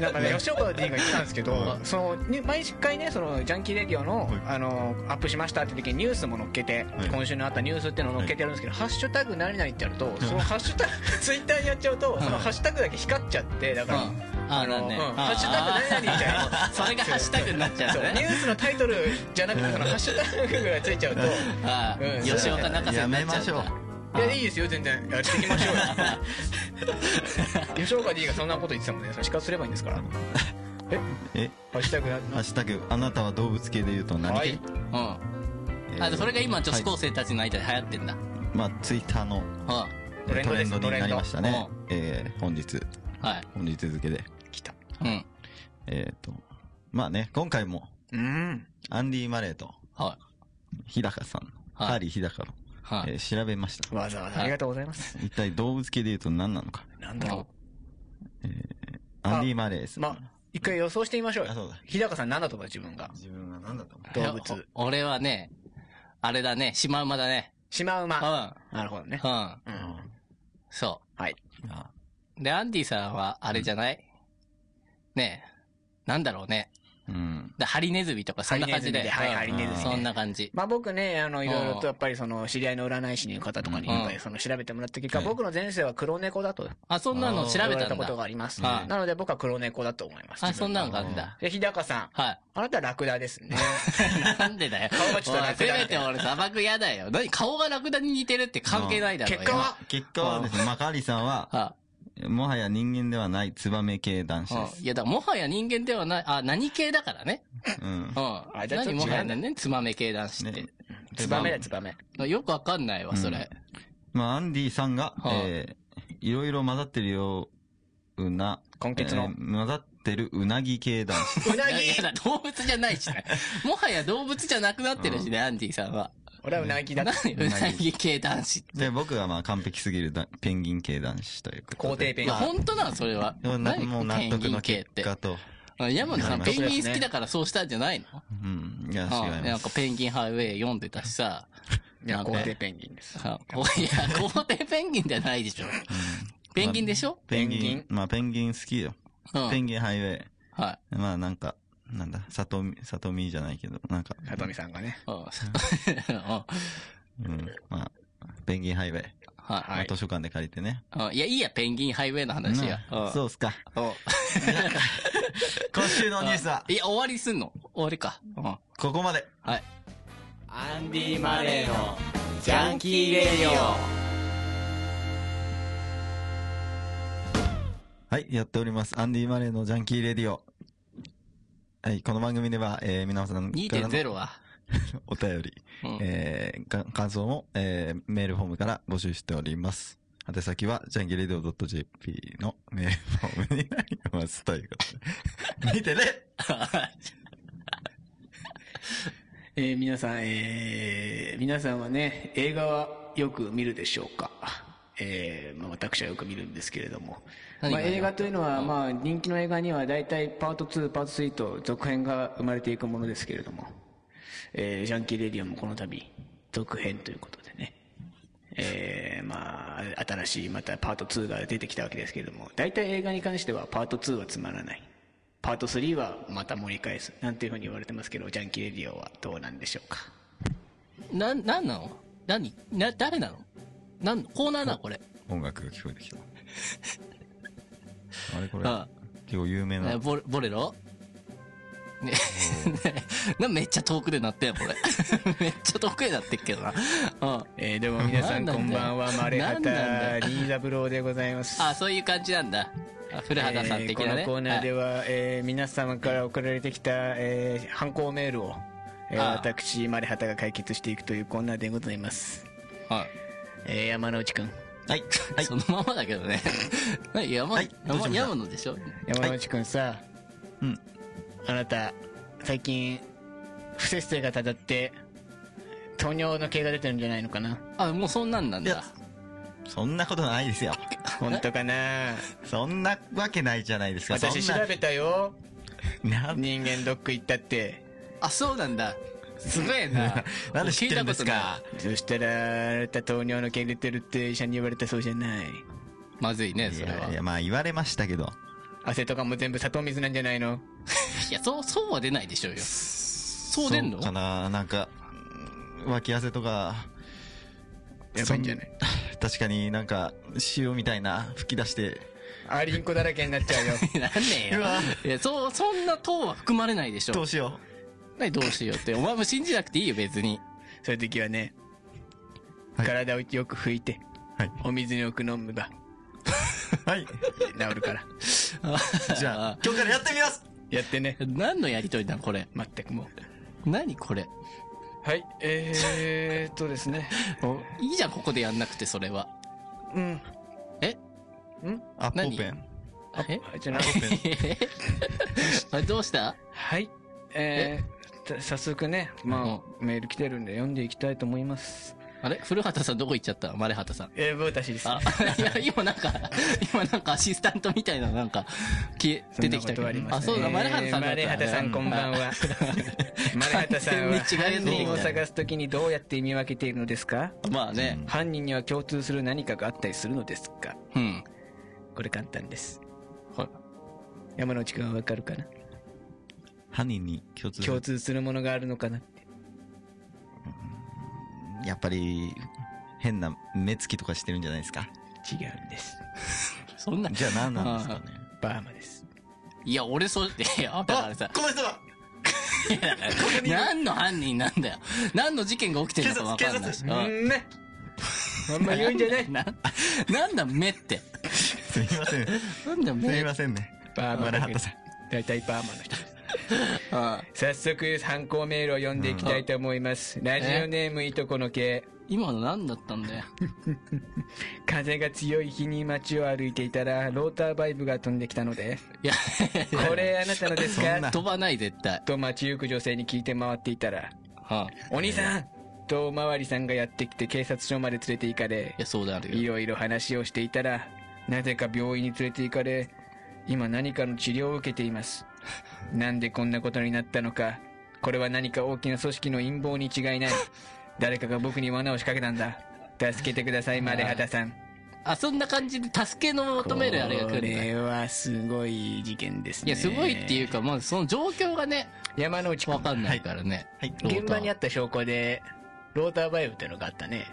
[SPEAKER 1] なんかね、吉岡 D が言ってたんですけど
[SPEAKER 3] う、
[SPEAKER 1] その、ね毎回ね、その、ジャンキーレディオの、あの、アップしましたって時にニュースも載っけて
[SPEAKER 3] はい、
[SPEAKER 1] 今週のあったニュースってのを載っけてるんですけど、ハッシュタグ何々ってやると、そのハッシュタグ、ツイッターにやっちゃ [LAUGHS] うと、そのハッシュタグだけ光っちゃって、だから、
[SPEAKER 2] あ
[SPEAKER 1] あの
[SPEAKER 2] なんね
[SPEAKER 1] うん
[SPEAKER 2] あ
[SPEAKER 1] ハッシュタグ何々じゃん
[SPEAKER 2] あそれがハッシュタグになっちゃう
[SPEAKER 1] そう [LAUGHS]
[SPEAKER 2] の
[SPEAKER 1] ニュ
[SPEAKER 2] ね。
[SPEAKER 1] ースのタイトルじゃなくて、そのハッシュタグがついちゃうと、
[SPEAKER 2] あ
[SPEAKER 1] うん
[SPEAKER 2] 吉岡中瀬になっちゃうんだ
[SPEAKER 3] やめましょ
[SPEAKER 1] いや、いいですよ、全然。やっていきましょ [LAUGHS] うよ。吉岡 D がそんなこと言ってたもんね。それ死活すればいいんですから。え
[SPEAKER 3] え、
[SPEAKER 1] ハッシュタグな
[SPEAKER 3] ハッシュタグ、あなたは動物系で言うと何系、
[SPEAKER 1] はい。
[SPEAKER 3] え
[SPEAKER 2] うん。
[SPEAKER 3] ー
[SPEAKER 2] あ、でそれが今、女子高生たちの間で流行ってんだ。
[SPEAKER 3] まあ、ツイッターの
[SPEAKER 2] は
[SPEAKER 1] ト
[SPEAKER 3] ト
[SPEAKER 1] レ
[SPEAKER 3] レ
[SPEAKER 1] ンドで
[SPEAKER 3] ン
[SPEAKER 1] す
[SPEAKER 3] ドになりましたね
[SPEAKER 2] ト。
[SPEAKER 3] えー本日、
[SPEAKER 2] い。はい。
[SPEAKER 3] 本日付で。
[SPEAKER 1] 来た。
[SPEAKER 2] うん。
[SPEAKER 3] えっ、と、まあね、今回も、
[SPEAKER 1] うん。
[SPEAKER 3] アンディ・マレーと、
[SPEAKER 2] はい。
[SPEAKER 3] 日高さん、
[SPEAKER 2] はい
[SPEAKER 3] ハリー日高の、
[SPEAKER 2] はい。
[SPEAKER 3] えー調べました。
[SPEAKER 1] わざわざありがとうございます。
[SPEAKER 3] 一体動物系で言うと何なのか。
[SPEAKER 1] なんだろ
[SPEAKER 3] アンディ・マレー
[SPEAKER 1] う。
[SPEAKER 3] さん。
[SPEAKER 1] まあ、一回予想してみましょう
[SPEAKER 3] あ、
[SPEAKER 1] よ。
[SPEAKER 3] そうだ。
[SPEAKER 1] 日高さん何だと思う自分が。
[SPEAKER 3] 自分は何だと思う
[SPEAKER 1] 動
[SPEAKER 2] いや
[SPEAKER 1] 物。
[SPEAKER 2] お俺はね、あれだね、シマウマだね。
[SPEAKER 1] シマウ
[SPEAKER 2] うん。
[SPEAKER 1] マ。
[SPEAKER 2] う
[SPEAKER 1] なるほどね。
[SPEAKER 2] ん。
[SPEAKER 1] うん。
[SPEAKER 2] そ
[SPEAKER 1] はい。
[SPEAKER 3] あ
[SPEAKER 2] う。で、アンディさんは、あれじゃないねえ。なんだろうね。
[SPEAKER 3] うん。
[SPEAKER 2] でハリネズミとか、そんな感じで。
[SPEAKER 1] ハリネズミではいハリ
[SPEAKER 2] うん
[SPEAKER 3] ネズミね
[SPEAKER 2] そんな感じ。
[SPEAKER 1] まあ僕ね、あの、いろいろとやっぱりその、知り合いの占い師の方とかに、
[SPEAKER 2] うん
[SPEAKER 1] やっぱりその、調べてもらった結果、
[SPEAKER 3] はい
[SPEAKER 1] 僕の前世は黒猫だと
[SPEAKER 2] あ、そんなの調
[SPEAKER 1] 言
[SPEAKER 2] べ
[SPEAKER 1] われ
[SPEAKER 2] た
[SPEAKER 1] た
[SPEAKER 2] ん
[SPEAKER 1] ことが
[SPEAKER 2] だ。
[SPEAKER 1] あります。
[SPEAKER 2] は
[SPEAKER 1] ないので僕は黒猫だと思います。
[SPEAKER 2] あ、そんなのがあるんだ。
[SPEAKER 1] で、日高さん。
[SPEAKER 2] はい。
[SPEAKER 1] あなたラクダです
[SPEAKER 2] [LAUGHS]
[SPEAKER 1] ね。
[SPEAKER 2] なんでだよ。
[SPEAKER 1] 顔がちょっと
[SPEAKER 2] おい
[SPEAKER 1] 楽
[SPEAKER 2] せ
[SPEAKER 1] だね
[SPEAKER 2] めて俺砂漠嫌だよ。何顔がラクダに似てるって関係ないだろうよ。
[SPEAKER 1] 結果は
[SPEAKER 3] 結果はですね、マカーリーさんは、
[SPEAKER 2] は
[SPEAKER 3] もはや人間ではないツバメ系男子
[SPEAKER 2] うん
[SPEAKER 3] です。
[SPEAKER 2] いや、だからもはや人間ではない、あ、何系だからね。
[SPEAKER 3] うん
[SPEAKER 2] う。ん。
[SPEAKER 1] じゃあちょ
[SPEAKER 2] 何
[SPEAKER 1] っと違うん
[SPEAKER 2] も
[SPEAKER 1] だ
[SPEAKER 2] はやね、つまめ系男子って
[SPEAKER 3] ね。
[SPEAKER 1] ツバメだ、ツバメ。
[SPEAKER 2] よくわかんないわ、それ。
[SPEAKER 3] まあ、アンディさんが、
[SPEAKER 2] はあ
[SPEAKER 3] えーいろいろ混ざってるような、
[SPEAKER 1] 根血の。
[SPEAKER 3] えー混ざってるうなぎ系男
[SPEAKER 2] [LAUGHS]
[SPEAKER 3] 子。
[SPEAKER 1] うない
[SPEAKER 2] やい
[SPEAKER 1] ぎ
[SPEAKER 2] や、だ動物じゃな
[SPEAKER 1] [LAUGHS]
[SPEAKER 2] いしね。もはや動物じゃなくなってるしね、アンディさんは。
[SPEAKER 1] 俺はうなぎだと。
[SPEAKER 2] 何うなぎ系男子って。
[SPEAKER 3] で、僕はまあ完璧すぎるだペンギン系男子ということ
[SPEAKER 1] 皇帝
[SPEAKER 3] で。
[SPEAKER 1] ペン
[SPEAKER 2] い
[SPEAKER 1] ギ
[SPEAKER 2] や、
[SPEAKER 1] ン。
[SPEAKER 2] 本当なの、それは。
[SPEAKER 3] でもなもう納得
[SPEAKER 2] ペ
[SPEAKER 3] の
[SPEAKER 2] ンギン系
[SPEAKER 3] 結
[SPEAKER 2] って。
[SPEAKER 3] 果と。
[SPEAKER 2] うん山野さん、
[SPEAKER 3] な
[SPEAKER 2] ペ
[SPEAKER 3] りました
[SPEAKER 2] ンギン好きだからそうしたんじゃないの
[SPEAKER 3] うん。いや、違
[SPEAKER 2] うんな
[SPEAKER 3] いま
[SPEAKER 2] んか
[SPEAKER 3] す。
[SPEAKER 2] ペンギンハイウェイ読んでたしさ。
[SPEAKER 1] いや、
[SPEAKER 2] なんか
[SPEAKER 1] 皇
[SPEAKER 2] ね
[SPEAKER 1] 帝ペンギンです。
[SPEAKER 2] あおいや、皇帝ペンギンじゃないでしょ。ペンギンでしょ
[SPEAKER 3] ペン
[SPEAKER 1] ペンギ
[SPEAKER 3] ギ
[SPEAKER 1] ン
[SPEAKER 3] ン、まあペンギン好きよ。
[SPEAKER 2] うん。
[SPEAKER 3] ペンギンハイウェイ。
[SPEAKER 2] はい。
[SPEAKER 3] まあなんか、なんだ、里見、里見じゃないけど、なんか、
[SPEAKER 1] 里見さんがね。
[SPEAKER 2] うん [LAUGHS] うん
[SPEAKER 3] うん。まあ、ペンギンハイウェイ。
[SPEAKER 2] は
[SPEAKER 1] は
[SPEAKER 3] まあ
[SPEAKER 1] い
[SPEAKER 3] 図書館で借りてね。
[SPEAKER 2] いうん。いや、いいや、ペンギンハイウェイの話や。
[SPEAKER 3] うん
[SPEAKER 2] う
[SPEAKER 3] そうっすか。
[SPEAKER 2] ん。うん
[SPEAKER 3] 今週のニュースは、
[SPEAKER 2] いや、終わりすんの終わりか。うん。は
[SPEAKER 3] ここまで。
[SPEAKER 2] い。
[SPEAKER 5] アンディ・マレーのジャンキー・レディオ
[SPEAKER 3] はい、やっております。アンディ・マレーのジャンキー・レディオ。はい、この番組では、えー、皆さんからの
[SPEAKER 2] 2.0は。
[SPEAKER 3] お便り、
[SPEAKER 2] うん
[SPEAKER 3] えーか感想も、えーメールフォームから募集しております。宛先は、ジャンキーレディオ .jp のメールフォームになります。ということで。見てね
[SPEAKER 1] えー皆さん、えー皆さんはね、映画はよく見るでしょうか。えーまあ、私はよく見るんですけれども。
[SPEAKER 2] 何が
[SPEAKER 1] まあ、映画というのは、まあ、人気の映画には大体パート2、パート3と続編が生まれていくものですけれども、えージャンキーレディオもこの度、続編ということでね。えーまあ、新しいまたパート2が出てきたわけですけれども、大体映画に関してはパート2はつまらない。パート3はまた盛り返す。なんていうふうに言われてますけど、ジャンキーレディオはどうなんでしょうか。
[SPEAKER 2] な、なんなの何な、誰なのなんのコーナーなのこれ。
[SPEAKER 3] 音楽が聞こえて
[SPEAKER 2] [LAUGHS]
[SPEAKER 3] きた。あれこれ
[SPEAKER 2] あ、
[SPEAKER 3] 結構有名な
[SPEAKER 2] ね。ボレボレロね、 [LAUGHS] ねなめっちゃ遠くで鳴ってんこれ。 [LAUGHS] めっちゃ遠くで鳴ってっけどな。うん。
[SPEAKER 1] えー、どうも皆さん
[SPEAKER 2] なん
[SPEAKER 1] こ
[SPEAKER 2] なん
[SPEAKER 1] ん
[SPEAKER 2] だよ
[SPEAKER 1] ばんは、マレハ
[SPEAKER 2] なんなんだ
[SPEAKER 1] タリーダブローでございます。
[SPEAKER 2] あ、そういう感じなんだ。あ古畑さん的なね
[SPEAKER 1] えーこのコーナーでは、えー皆様から送られてきた、えー、犯行メールを、えー
[SPEAKER 2] ああ
[SPEAKER 1] 私マレハタが解決していくというコーナーでございます、
[SPEAKER 2] はい
[SPEAKER 1] えー山之内くん
[SPEAKER 3] はい。はい
[SPEAKER 2] [LAUGHS] そ。のままだけどね。はい、山、
[SPEAKER 3] はいどう
[SPEAKER 2] 山、
[SPEAKER 3] しました
[SPEAKER 2] 山野でしょ
[SPEAKER 1] 山之内くんさ、
[SPEAKER 3] うん
[SPEAKER 1] あなた最近不摂生がたたって糖尿の毛が出てるんじゃないのかな
[SPEAKER 2] あ、もうそんなんなん
[SPEAKER 3] いや
[SPEAKER 2] だ。
[SPEAKER 3] そんなことないですよ。
[SPEAKER 1] 本当かな
[SPEAKER 3] そんなわけないじゃないですか。
[SPEAKER 1] 私
[SPEAKER 3] そ
[SPEAKER 1] 調
[SPEAKER 3] んな
[SPEAKER 1] べたよ
[SPEAKER 3] なん。
[SPEAKER 1] 人間ドック行ったって
[SPEAKER 2] あ、そうなんだ。すごいな
[SPEAKER 3] [LAUGHS] なんで知ってるんですか
[SPEAKER 2] 聞いたこ
[SPEAKER 1] そしたらあなた糖尿の毛出てるって医者に言われたそうじゃない
[SPEAKER 2] とない。まずいね、
[SPEAKER 3] い
[SPEAKER 2] それは。い
[SPEAKER 3] やい
[SPEAKER 2] や
[SPEAKER 3] や、まあ言われましたけど。
[SPEAKER 1] 汗とかも全部砂糖水なんじゃないの
[SPEAKER 2] そう、そうは出ないでしょうよ。そう出んの
[SPEAKER 3] かななんか、うん脇汗とか、
[SPEAKER 1] やばいんじゃない
[SPEAKER 3] そん確かになんか、塩みたいな吹き出して、
[SPEAKER 1] アリンコだらけになっちゃ [LAUGHS] うよ
[SPEAKER 2] なんねえよ
[SPEAKER 3] うわ。
[SPEAKER 2] いや、そう、そんな糖は含まれないでしょ
[SPEAKER 3] どうしよ
[SPEAKER 2] 何どうしようって。お前も信じなくていいよ、別に。
[SPEAKER 1] そういう時はね、
[SPEAKER 3] はい
[SPEAKER 1] 体をよく拭いて、
[SPEAKER 3] はい
[SPEAKER 1] お水によく飲むば
[SPEAKER 3] う。 [LAUGHS] はい。
[SPEAKER 1] 治るから
[SPEAKER 2] [LAUGHS]
[SPEAKER 3] じゃあ、今日からやってみます
[SPEAKER 1] やって [LAUGHS] ね
[SPEAKER 2] 何のやりとりなの、これ。
[SPEAKER 1] 全くもう
[SPEAKER 2] 何これ。
[SPEAKER 1] はい、えー、っとですね。
[SPEAKER 2] いいじゃん、ここでやんなくて、それは。
[SPEAKER 1] うん。
[SPEAKER 2] え
[SPEAKER 3] アポ
[SPEAKER 2] 何
[SPEAKER 3] ペン。
[SPEAKER 2] え
[SPEAKER 1] じゃあな
[SPEAKER 2] [LAUGHS] あどうした
[SPEAKER 1] はい。えー、た早速ね、まあ、メール来てるんで読んでいきたいと思います。
[SPEAKER 2] あれ古畑さんどこ行っちゃったマレハタさん。
[SPEAKER 1] えー、私です。
[SPEAKER 2] あ、
[SPEAKER 1] [LAUGHS]
[SPEAKER 2] いや、今なんか、今なんかアシスタントみたいななんか、消え、出てき
[SPEAKER 1] そんなこ
[SPEAKER 2] たけ
[SPEAKER 1] と
[SPEAKER 2] ど。
[SPEAKER 1] ありますね
[SPEAKER 2] そうだ、マレハタさんだった
[SPEAKER 1] マレハタさんこんばん [LAUGHS] は。マレハタさんは、
[SPEAKER 2] 完全に違うや
[SPEAKER 1] 犯
[SPEAKER 2] つ出てきたね
[SPEAKER 1] 人を探すときにどうやって見分けているのですか
[SPEAKER 2] まあね。
[SPEAKER 1] 犯人には共通する何かがあったりするのですか
[SPEAKER 2] うん。
[SPEAKER 1] これ簡単です。
[SPEAKER 2] はい
[SPEAKER 1] 山之内くんはわかるかな
[SPEAKER 3] [LAUGHS] 犯人に共通す
[SPEAKER 1] 共
[SPEAKER 3] る。
[SPEAKER 1] 通するものがあるのかな
[SPEAKER 3] やっぱり、変な目つきとかしてるんじゃないですか。
[SPEAKER 1] 違うんです。
[SPEAKER 2] そんな。
[SPEAKER 3] じゃあ何なんですかね。
[SPEAKER 1] バーマです。
[SPEAKER 2] いや、俺そう、 [LAUGHS] いや、だからさ、
[SPEAKER 3] この人だ
[SPEAKER 2] 何の犯人なんだよ。何の事件が起きてるのかわかんないし。うん
[SPEAKER 1] うん [LAUGHS] ね。あんま言うんじゃない。
[SPEAKER 2] [LAUGHS] な、なんだ目って。
[SPEAKER 3] すみません。す
[SPEAKER 2] なんだ
[SPEAKER 3] み
[SPEAKER 2] 目
[SPEAKER 3] ませんね。
[SPEAKER 1] バーマ
[SPEAKER 3] マラ
[SPEAKER 1] だ
[SPEAKER 3] ハ
[SPEAKER 1] け
[SPEAKER 3] タ
[SPEAKER 1] ど
[SPEAKER 3] さん。
[SPEAKER 1] 大体バーマの人。
[SPEAKER 2] あ
[SPEAKER 1] [LAUGHS] 早速、参考メールを読んでいきたいと思います。ラジオネームいとこの系。
[SPEAKER 2] 今の何だったんだよ。
[SPEAKER 1] 風が強い日に街を歩いていたら、ローターバイブが飛んできたので、
[SPEAKER 2] いや、
[SPEAKER 1] これあなたのです
[SPEAKER 3] そんな
[SPEAKER 1] か
[SPEAKER 2] 飛ばない絶対。
[SPEAKER 1] と街行く女性に聞いて回っていたら、
[SPEAKER 2] はあ、い
[SPEAKER 1] お兄さんとおまわりさんがやってきて警察署まで連れて行かれ、
[SPEAKER 2] や、そうである
[SPEAKER 1] い
[SPEAKER 2] よ。
[SPEAKER 1] ろいろ話をしていたら、なぜか病院に連れて行かれ、今何かの治療を受けています。なんでこんなことになったのか。これは何か大きな組織の陰謀に違いない。誰かが僕に罠を仕掛けたんだ。助けてください、マレハタさん。
[SPEAKER 2] あ、そんな感じで助けの求めるあれが来るんだ
[SPEAKER 1] これはすごい事件です
[SPEAKER 2] い
[SPEAKER 1] ね。
[SPEAKER 2] や、すごいっていうか、まあ、その状況がね、
[SPEAKER 1] 山之内君
[SPEAKER 2] わかんないからね。
[SPEAKER 3] はい。
[SPEAKER 1] 現場にあ
[SPEAKER 2] た。
[SPEAKER 1] った証拠で、ローターバイブっていうのがあったね。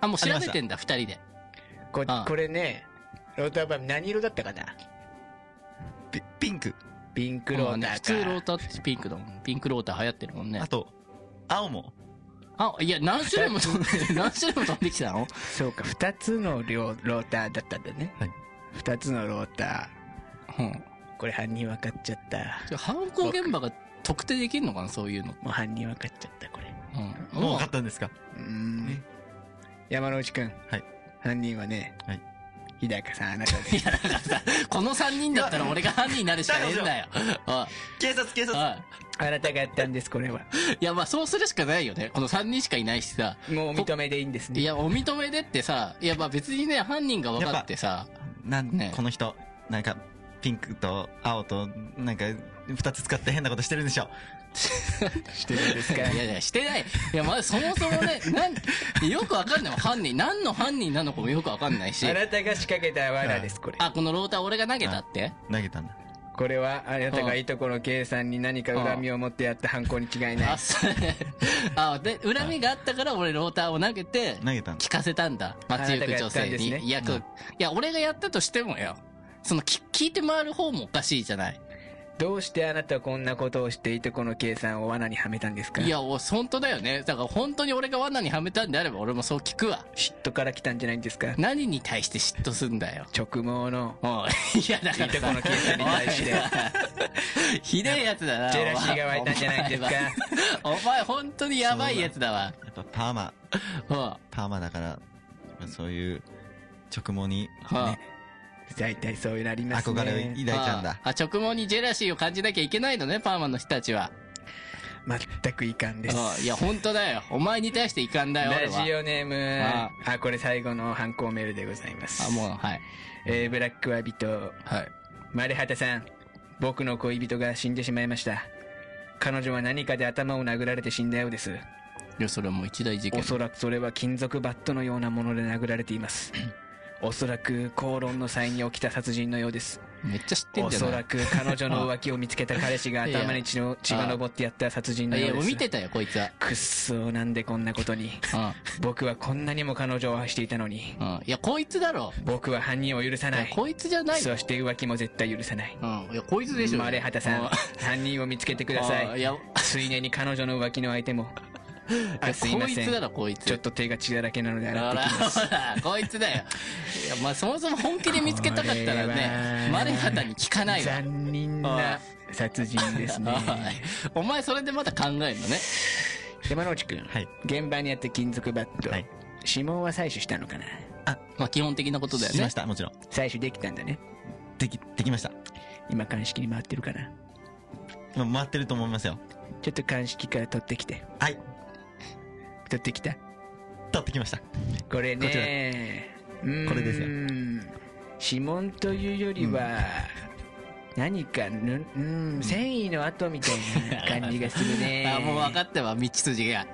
[SPEAKER 2] あ、もう調べてんだ、二人で。
[SPEAKER 1] こ
[SPEAKER 2] ああ
[SPEAKER 1] これね、ローターバイブ何色だったかな
[SPEAKER 3] ピピンク。
[SPEAKER 1] ピンクロ
[SPEAKER 2] まあ
[SPEAKER 1] ータ
[SPEAKER 2] ね
[SPEAKER 1] ーか。
[SPEAKER 2] 普通ローターってピンクだもん。ピンクローター流行ってるもんね
[SPEAKER 3] あ。と、青も。
[SPEAKER 2] あ、いや、何種類も飛んで [LAUGHS] る、何種類も飛んできたの
[SPEAKER 1] そうか、二つの両ローターだったんだね。
[SPEAKER 3] はい
[SPEAKER 1] 二つのロータ
[SPEAKER 2] うん。
[SPEAKER 1] ー。これ犯人分かっちゃった。
[SPEAKER 2] じゃあ犯行現場が特定できるのかな、そういうの。
[SPEAKER 1] もう犯人分かっちゃった、これ。
[SPEAKER 2] うん。
[SPEAKER 3] もう
[SPEAKER 2] も
[SPEAKER 3] 分かったんですか
[SPEAKER 1] うーん。山之内くん。
[SPEAKER 3] はい
[SPEAKER 1] 犯人はね、
[SPEAKER 3] はい
[SPEAKER 1] 日高さん、あなたです。
[SPEAKER 2] [LAUGHS] う、この三人だったら俺が犯人になるしかねえんだよ。あ、
[SPEAKER 3] 警察、警察
[SPEAKER 2] あ。
[SPEAKER 1] あなたがやったんです、これは。
[SPEAKER 2] いや、まあ、そうするしかないよね。この三人しかいないしさ。
[SPEAKER 1] もうお認めでいいんですね。
[SPEAKER 2] いや、お認めでってさ、いや、まあ別にね、犯人が分かってさ、
[SPEAKER 3] なん、
[SPEAKER 2] ね
[SPEAKER 3] この人、なんか、ピンクと青と、なんか、二つ使って変なことしてるんでしょ。
[SPEAKER 1] してるんですか
[SPEAKER 2] いやいや、してない。いや、まあ、そもそ
[SPEAKER 1] [LAUGHS]
[SPEAKER 2] もね、なん、よくわかんないもん犯人。何の犯人なのかもよくわかんないし
[SPEAKER 1] あ。なたが仕掛けた罠です、これ。
[SPEAKER 2] あ、このローター俺が投げたって
[SPEAKER 3] 投げたんだ。
[SPEAKER 1] これは、あなたがいとこの K さんに何か恨みを持ってやった犯行に違いない。
[SPEAKER 2] あ、そう。あ、で、恨みがあったから俺ローターを投げて、
[SPEAKER 3] 投げたんだ
[SPEAKER 2] 聞。かせたんだ。街行く女性に。
[SPEAKER 1] あなたがやったんですね
[SPEAKER 2] いや、こういや、俺がやったとしてもよ。その、き聞いて回る方もおかしいじゃない。
[SPEAKER 1] どうしてあなたはこんなことをしていてこの計算を罠にはめたんですか
[SPEAKER 2] いや、お本当だよね。だから本当に俺が罠にはめたんであれば俺もそう聞くわ。
[SPEAKER 1] 嫉妬から来たんじゃないんですか
[SPEAKER 2] 何に対して嫉妬すんだよ。
[SPEAKER 1] 直毛の
[SPEAKER 2] おい、いやだから
[SPEAKER 1] いとこの計算に対して
[SPEAKER 2] おい [LAUGHS] ひでえやつだな。
[SPEAKER 1] ジェラシーが湧いたんじゃないですか
[SPEAKER 2] お前は。お前本当にやばいやつだわ。
[SPEAKER 3] やっぱパーマ、
[SPEAKER 2] は
[SPEAKER 3] パーマだから、そういう直毛に
[SPEAKER 2] あ、はあ
[SPEAKER 1] 大体そういうなりますね
[SPEAKER 3] 憧れを抱いたんだ。
[SPEAKER 2] あ、直毛にジェラシーを感じなきゃいけないのね、パーマの人たちは。
[SPEAKER 1] 全く遺憾です
[SPEAKER 2] うんいや、本当だよ。お前に対して遺憾だよ、俺
[SPEAKER 1] ラジ
[SPEAKER 2] は。
[SPEAKER 1] オネームあ
[SPEAKER 2] あ
[SPEAKER 1] これ最後の犯行メールでございます
[SPEAKER 2] あ、もう、はい。
[SPEAKER 1] えーブラックワビと
[SPEAKER 2] はい。
[SPEAKER 1] マレハタさん僕の恋人が死んでしまいました彼女は何かで頭を殴られて死んだようです
[SPEAKER 2] いや、それはもう一大事件
[SPEAKER 1] お。そらくそれは金属バットのようなもので殴られていますおそらく口論の際に起きた殺人のようです
[SPEAKER 2] めっちゃ知ってん
[SPEAKER 1] お
[SPEAKER 2] じゃ
[SPEAKER 1] そ
[SPEAKER 2] な
[SPEAKER 1] ら
[SPEAKER 2] い
[SPEAKER 1] く彼女の浮気を見つけた彼氏が頭に血
[SPEAKER 2] [LAUGHS]
[SPEAKER 1] の血が上ってやった殺人の
[SPEAKER 2] い
[SPEAKER 1] よ
[SPEAKER 2] や、
[SPEAKER 1] うで
[SPEAKER 2] もう
[SPEAKER 1] す
[SPEAKER 2] 見てたよ、こいつは。
[SPEAKER 1] くっそーなんでこんなこと
[SPEAKER 2] [LAUGHS]
[SPEAKER 1] に僕はこんなにも彼女を愛していたのに
[SPEAKER 2] うん。うん。いや、こいつだろ。
[SPEAKER 1] 僕は犯人を許さ
[SPEAKER 2] い
[SPEAKER 1] な
[SPEAKER 2] や、
[SPEAKER 1] い
[SPEAKER 2] こいつじゃないよ
[SPEAKER 1] そして浮気も絶対許さない
[SPEAKER 2] うん。いや、こいつでしょ。
[SPEAKER 1] マレハタさん
[SPEAKER 2] うん
[SPEAKER 1] 犯人を見つけてくだ
[SPEAKER 2] あ
[SPEAKER 1] さ
[SPEAKER 2] ー
[SPEAKER 1] い
[SPEAKER 2] いや、
[SPEAKER 1] ついでに彼女の浮気の相手も
[SPEAKER 2] い
[SPEAKER 1] あ
[SPEAKER 2] や
[SPEAKER 1] すいま
[SPEAKER 2] こい
[SPEAKER 1] せ
[SPEAKER 2] つだ
[SPEAKER 1] ん
[SPEAKER 2] ろ、こいつ。
[SPEAKER 1] ちょっと手が血だらけなので
[SPEAKER 2] ほ
[SPEAKER 1] 洗って
[SPEAKER 2] ら、
[SPEAKER 1] きます
[SPEAKER 2] ほら、こいつだよ。いや、まあ、そもそも本気で見つけたかったらね、マレハタに聞かないわ。
[SPEAKER 1] 残忍な殺人です
[SPEAKER 2] [LAUGHS]
[SPEAKER 1] ね
[SPEAKER 2] お前、それでまた考えるのね。
[SPEAKER 1] 山之内くん、
[SPEAKER 3] はい
[SPEAKER 1] 現場にあった金属バット、
[SPEAKER 3] はい
[SPEAKER 1] 指紋は採取したのかな
[SPEAKER 2] まあ、基本的なことだよ
[SPEAKER 3] しま
[SPEAKER 2] ね
[SPEAKER 3] し。た、もちろん。
[SPEAKER 1] 採取できたんだね
[SPEAKER 3] でき、できました。
[SPEAKER 1] 今鑑識に回ってるかな
[SPEAKER 3] 今回ってると思いますよ。
[SPEAKER 1] ちょっと鑑識から取ってきて
[SPEAKER 3] はい。
[SPEAKER 1] 取ってきた
[SPEAKER 3] 取ってきました。
[SPEAKER 1] これね
[SPEAKER 3] これですよ
[SPEAKER 1] うーん指紋というよりは、何かぬうん繊維の跡みたいな感じがするね
[SPEAKER 2] [LAUGHS] あ、もう分かったわ、道筋が。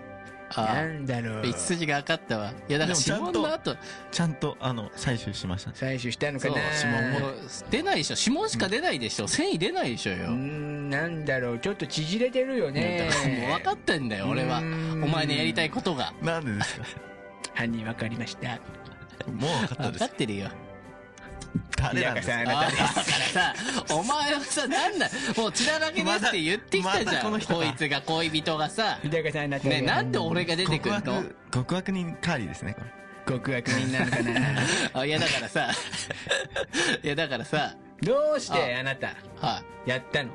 [SPEAKER 1] な
[SPEAKER 2] あ
[SPEAKER 1] んだろう
[SPEAKER 2] 道筋が分かったわ。いや、だから指
[SPEAKER 3] でもちゃ
[SPEAKER 2] 紋
[SPEAKER 3] んと
[SPEAKER 2] の後、
[SPEAKER 3] ちゃんと、あの、採取しました。
[SPEAKER 1] 採取したのか
[SPEAKER 2] そう、
[SPEAKER 1] な
[SPEAKER 2] 指紋も出ないでしょ。指紋しか出ないでしょ。繊維出ないでしょ
[SPEAKER 1] うー
[SPEAKER 2] よ。
[SPEAKER 1] んなんだろうちょっと縮れてるよね
[SPEAKER 2] だからもう分かってんだよ、俺は。
[SPEAKER 1] う
[SPEAKER 2] お
[SPEAKER 1] ん
[SPEAKER 2] 前のやりたいことが。
[SPEAKER 3] なんでですか
[SPEAKER 1] 犯人分かりました
[SPEAKER 3] [LAUGHS] もう分かった
[SPEAKER 2] 分
[SPEAKER 3] で
[SPEAKER 2] か [LAUGHS]
[SPEAKER 3] す
[SPEAKER 2] っ。てるよ。
[SPEAKER 1] 平川さんあなた
[SPEAKER 2] だから
[SPEAKER 3] 誰なんですか
[SPEAKER 1] です
[SPEAKER 2] さ、お前はさ、なんだ、もう血だらけですって言ってきた
[SPEAKER 3] ま
[SPEAKER 2] じ
[SPEAKER 3] だ
[SPEAKER 2] ゃん。
[SPEAKER 3] この人
[SPEAKER 2] こいつが恋人がさ、
[SPEAKER 1] 日高さんあなた
[SPEAKER 2] ね、なんで俺が出てく
[SPEAKER 3] 告
[SPEAKER 2] ん
[SPEAKER 3] 白、極悪人カーリーですね、これ。
[SPEAKER 1] 極悪人なのかな
[SPEAKER 2] [LAUGHS] のあいや、だからさ、いや、だからさ、
[SPEAKER 1] どうしてあなた
[SPEAKER 2] は
[SPEAKER 1] やったの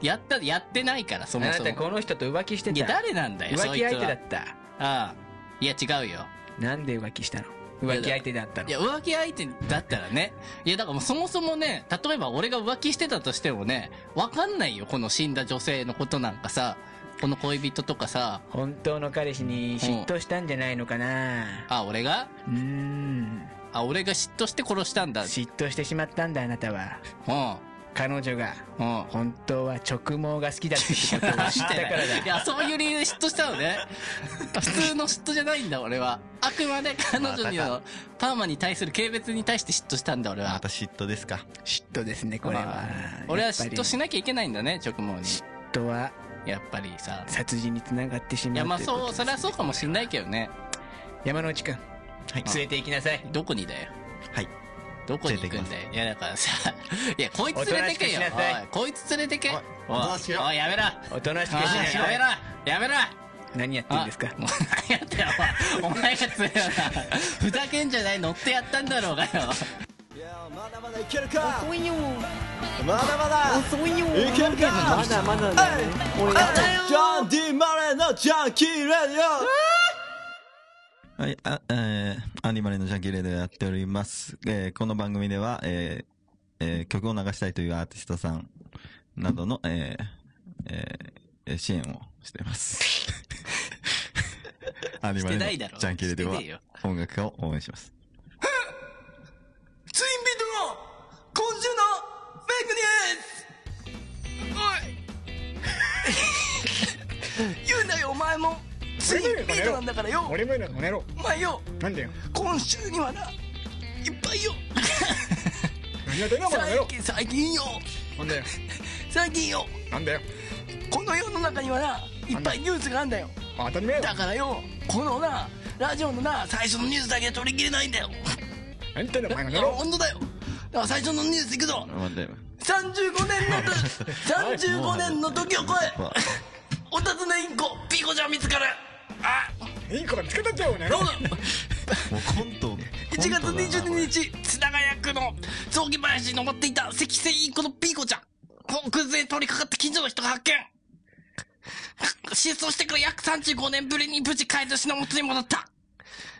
[SPEAKER 2] い。やった、やってないから、そ
[SPEAKER 1] あ
[SPEAKER 2] も
[SPEAKER 1] な
[SPEAKER 2] そも
[SPEAKER 1] た。この人と浮気して
[SPEAKER 2] いや、
[SPEAKER 1] た
[SPEAKER 2] 誰なんだよ、
[SPEAKER 1] 浮
[SPEAKER 2] そい
[SPEAKER 1] 気
[SPEAKER 2] つ
[SPEAKER 1] 相手だ
[SPEAKER 2] は
[SPEAKER 1] っ。た
[SPEAKER 2] ああ。いや、違うよ。
[SPEAKER 1] なんで浮気したの浮気相手だったの
[SPEAKER 2] いや、浮気相手だったらね。いや、だからもうそもそもね、例えば俺が浮気してたとしてもね、わかんないよ、この死んだ女性のことなんかさ、この恋人とかさ、
[SPEAKER 1] 本当の彼氏に嫉妬したんじゃないのかな
[SPEAKER 2] あ、俺が
[SPEAKER 1] うーん
[SPEAKER 2] あ、俺が嫉妬して殺したんだ。
[SPEAKER 1] 嫉妬してしまったんだあなたは
[SPEAKER 2] うん。
[SPEAKER 1] 彼女が
[SPEAKER 2] うん。
[SPEAKER 1] 本当は直毛が好き [LAUGHS] だってこ
[SPEAKER 6] [LAUGHS]
[SPEAKER 1] とを知ったからだ
[SPEAKER 2] いや、そういう理由で嫉妬したのね。普通の嫉妬じゃないんだ、俺は。あくまで彼女にの、パーマに対する軽蔑に対して嫉妬したんだ、俺
[SPEAKER 3] ま
[SPEAKER 2] は
[SPEAKER 3] た。嫉妬ですか。
[SPEAKER 1] 嫉妬ですねこれ
[SPEAKER 2] ま
[SPEAKER 1] は
[SPEAKER 2] あ俺は
[SPEAKER 1] やっぱ
[SPEAKER 2] 嫉
[SPEAKER 1] り
[SPEAKER 2] 妬しなきゃいけないんだね、直毛に。
[SPEAKER 1] 嫉妬は
[SPEAKER 2] やっぱりさ。
[SPEAKER 1] 殺人につながってし
[SPEAKER 2] い
[SPEAKER 1] ま
[SPEAKER 2] や、
[SPEAKER 1] う
[SPEAKER 2] まあ
[SPEAKER 1] ということ
[SPEAKER 2] そう、それはそうかもしんないけどね。
[SPEAKER 1] 山之内くん
[SPEAKER 3] はい。
[SPEAKER 1] 連れて行きなさい
[SPEAKER 2] どこにだよ。
[SPEAKER 3] はい。
[SPEAKER 2] どこに行くんだよ。いや、だからさ、いや、こいつ連れてけ
[SPEAKER 1] お
[SPEAKER 2] よ。
[SPEAKER 1] となしくしなさい
[SPEAKER 2] おいこいつ連れてけ。おい、
[SPEAKER 3] おとなしくよ
[SPEAKER 2] おいやめろ。
[SPEAKER 1] おとなしくし
[SPEAKER 2] おいや
[SPEAKER 1] な
[SPEAKER 2] め
[SPEAKER 1] い
[SPEAKER 2] ろ。やめろ。
[SPEAKER 1] 何やってんですか
[SPEAKER 2] [LAUGHS] もう何やったよ、お前。お前が強いな。ふざけんじゃない、乗ってやったんだろうがよ。
[SPEAKER 4] いやまだまだいけるか遅いよまだまだ遅いよいけるかまだまだだよジャンディ・マレーのジャンキー・レディオ
[SPEAKER 3] はい、あ、えー、アニマルのジャンキーレディオやっております。えー、この番組では、えー、えー曲を流したいというアーティストさんなどの、えー、えーえー、支援をしてい
[SPEAKER 7] [LAUGHS]
[SPEAKER 3] ます。アニマルのジャンキーレディオは
[SPEAKER 2] してないだろ
[SPEAKER 3] 音楽家を応援します。
[SPEAKER 7] ツインビートの今週のフェイクニュースおい言うなよお前もツインビートなんだからよ
[SPEAKER 1] 俺もやろ俺ろ
[SPEAKER 7] お前よ
[SPEAKER 1] なんだよ
[SPEAKER 7] 今週にはないっぱいよ
[SPEAKER 1] 何やってんだ
[SPEAKER 7] 最近最近よ
[SPEAKER 1] なんだよ
[SPEAKER 7] [LAUGHS] 最近よ
[SPEAKER 1] なんだよ
[SPEAKER 7] この世の中にはないっぱいニュースがあんだよ
[SPEAKER 1] 当たり前よ
[SPEAKER 7] だからよこのなラジオのな最初のニュースだけは取り切れないんだよ
[SPEAKER 1] 何言ってんだお前
[SPEAKER 7] いや本当だよだから最初のニュースいくぞ
[SPEAKER 3] 待って
[SPEAKER 7] 35年の35年の時を超え
[SPEAKER 3] やっぱ
[SPEAKER 7] お尋ねインコピーコちゃん見つかるあ
[SPEAKER 1] いい子がつけたっちゃうよね
[SPEAKER 7] ロー
[SPEAKER 3] もうコント
[SPEAKER 7] 1月22
[SPEAKER 3] 日
[SPEAKER 7] 日津長屋区の雑木林に登っていた赤星インコのピーコちゃん偶然通りかかった近所の人が発見失踪してから約35年ぶりに無事飼い主の元に戻った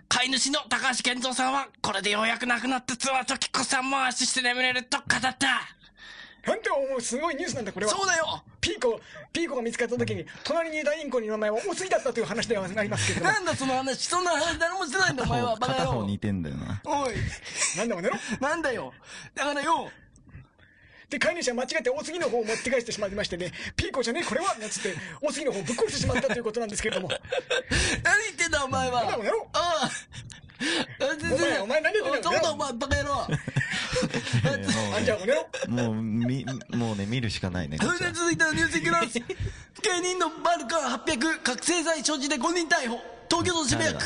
[SPEAKER 7] 飼い主の高橋健三さんはこれでようやく亡くなった妻と子さんも安心して眠れると語った
[SPEAKER 1] なんて思うすごいニュースなんだこれは
[SPEAKER 7] そうだよ
[SPEAKER 1] ピーコピーコが見つかった時に隣にいたインコの名前はおすぎだったという話ではなりますけれども
[SPEAKER 7] なんだその話そんな話誰もしてないんだお前はバカ
[SPEAKER 3] 片
[SPEAKER 7] 野
[SPEAKER 3] 方
[SPEAKER 7] 郎
[SPEAKER 3] 似てんだよな
[SPEAKER 7] おい
[SPEAKER 1] なんでもねろ
[SPEAKER 7] なんだよだからよ
[SPEAKER 1] で飼い主は間違って大杉の方を持って返してしまいましてねピーコじゃねえこれはなんつって大杉の方をぶっ殺してしまったということなんですけれ
[SPEAKER 7] [LAUGHS]
[SPEAKER 1] ども
[SPEAKER 7] 何言ってんだお前は
[SPEAKER 1] だもんやろ
[SPEAKER 7] ああ全然
[SPEAKER 1] お前お前何言ってんだ
[SPEAKER 7] そうだお前バカ野郎
[SPEAKER 1] あんちゃんもねろ
[SPEAKER 3] もうみもうね見るしかないねこっ
[SPEAKER 7] そ
[SPEAKER 3] ち
[SPEAKER 7] れ
[SPEAKER 3] は
[SPEAKER 7] で続いてのニュースいきます芸人のバルカン800覚醒剤所持で5人逮捕東京都渋谷区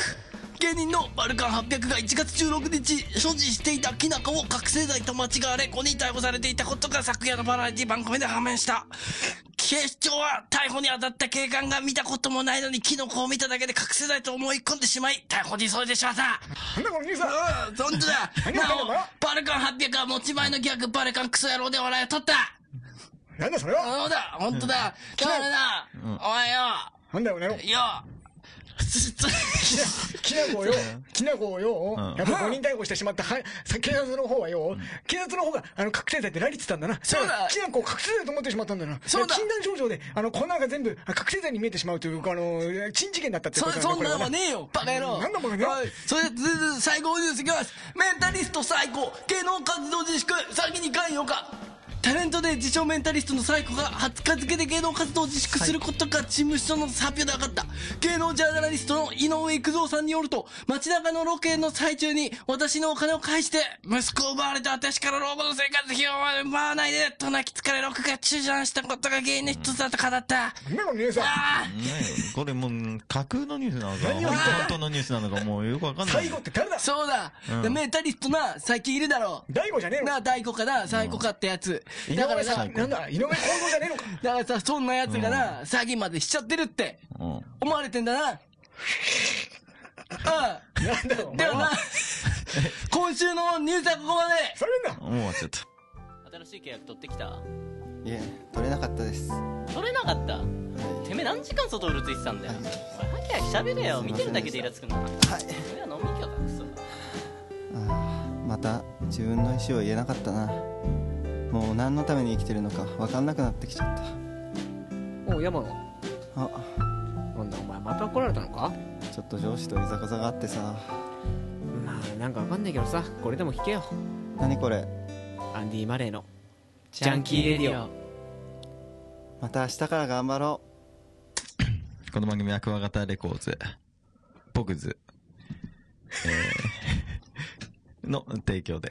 [SPEAKER 7] 芸人のバルカン800が1月16日所持していたきな粉を覚醒剤と間違われ5人逮捕されていたことが昨夜のバラエティ番組で判明した警視庁は逮捕に当たった警官が見たこともないのにキノコを見ただけで覚醒剤と思い込んでしまい逮捕に急いでしまった
[SPEAKER 1] なんだこのニュースは
[SPEAKER 7] うん、そんじだ。
[SPEAKER 1] 何
[SPEAKER 7] な
[SPEAKER 1] やってんの
[SPEAKER 7] お、バルカン800は持ち前のギャグ、バルカンクソ野郎で笑いを取った。
[SPEAKER 1] なんだそれは
[SPEAKER 7] そうだ、本当だ。だからな、お前よ、
[SPEAKER 1] なんだよねろ
[SPEAKER 7] よ、すす [LAUGHS]
[SPEAKER 1] きなこをよ、きなこをよ、
[SPEAKER 3] ん
[SPEAKER 1] やっぱ5人逮捕してしまった、はい、さ警察の方はよ、警察の方が、あの、覚醒剤って何言ってたんだな。
[SPEAKER 7] そうだ
[SPEAKER 1] からきなこを覚醒剤と思ってしまったんだな。
[SPEAKER 7] そうだ
[SPEAKER 1] 禁断症状で、あの、粉が全部、あ覚醒剤に見えてしまうという、あの、珍事件だったってこ
[SPEAKER 7] そ、
[SPEAKER 1] となんだ
[SPEAKER 7] そん
[SPEAKER 1] これ
[SPEAKER 7] なのはねえよ、 [LAUGHS] バカ野郎。
[SPEAKER 1] なんだバカ野郎
[SPEAKER 7] おいそれ、ずず、最高ニュースいきます。メンタリスト最高、芸能活動自粛、詐欺に関与か。タレントで自称メンタリストのサイコが20日付で芸能活動を自粛することが事務所の発表で分かった。芸能ジャーナリストの井上育三さんによると、街中のロケの最中に私のお金を返して、息子を奪われた私から老後の生活費を奪わないで、と泣きつかれロケが中断したことが原因の一つだと語った。
[SPEAKER 1] なんだこのニュースは
[SPEAKER 7] ああ
[SPEAKER 3] ねこれもう架空のニュースなのか
[SPEAKER 1] 何を言ってんだ
[SPEAKER 3] 本当のニュースなのかもうよくわかんない
[SPEAKER 1] 最後って誰だ
[SPEAKER 7] そうだ、
[SPEAKER 3] うん
[SPEAKER 7] メンタリストな、最近いるだろ
[SPEAKER 1] 大悟じゃねえの
[SPEAKER 7] な、大悟かな、最悟かってやつ。
[SPEAKER 1] 井
[SPEAKER 7] だから
[SPEAKER 1] 上
[SPEAKER 7] さ、
[SPEAKER 1] さ
[SPEAKER 7] だ
[SPEAKER 1] ん、なんだ、井上幸三じゃねえのか。
[SPEAKER 7] からさ、そんなやつがな、詐欺までしちゃってるって、
[SPEAKER 3] うん
[SPEAKER 7] 思われてんだ
[SPEAKER 1] [LAUGHS]
[SPEAKER 7] な。
[SPEAKER 1] なんだよ、お
[SPEAKER 7] ああ、だ
[SPEAKER 1] 前
[SPEAKER 7] よな。今週のニュースはここまで
[SPEAKER 1] それなんだ。
[SPEAKER 3] もう終わっちゃった
[SPEAKER 5] 新しい契約取ってきた
[SPEAKER 8] いえ取れなかったですは
[SPEAKER 5] 取れなかった
[SPEAKER 8] い
[SPEAKER 5] てめえ何時間外うるついてたんだよ
[SPEAKER 8] はい
[SPEAKER 5] お前ハキハキ喋れよ
[SPEAKER 8] す
[SPEAKER 5] 見
[SPEAKER 8] いま
[SPEAKER 5] て
[SPEAKER 8] せ
[SPEAKER 5] る
[SPEAKER 8] んでした
[SPEAKER 5] だけでイラつくな
[SPEAKER 8] はい
[SPEAKER 5] 俺は飲み行きゃ隠すわ
[SPEAKER 8] あーまた自分の意思を言えなかったなもう何のために生きてるのか分かんなくなってきちゃっ
[SPEAKER 6] おう山野
[SPEAKER 8] たあ
[SPEAKER 6] なんだお前また怒られたのか
[SPEAKER 8] ちょっと上司といざこざがあってさ
[SPEAKER 6] まあなんかわかんないけどさこれでも聞けよ
[SPEAKER 8] 何これ
[SPEAKER 6] アンディ・マレーのジャンキーレディオ
[SPEAKER 8] また明日から頑張ろ
[SPEAKER 3] この番組はクワガタレコーズ、ポグズ、えー [LAUGHS] の提供で、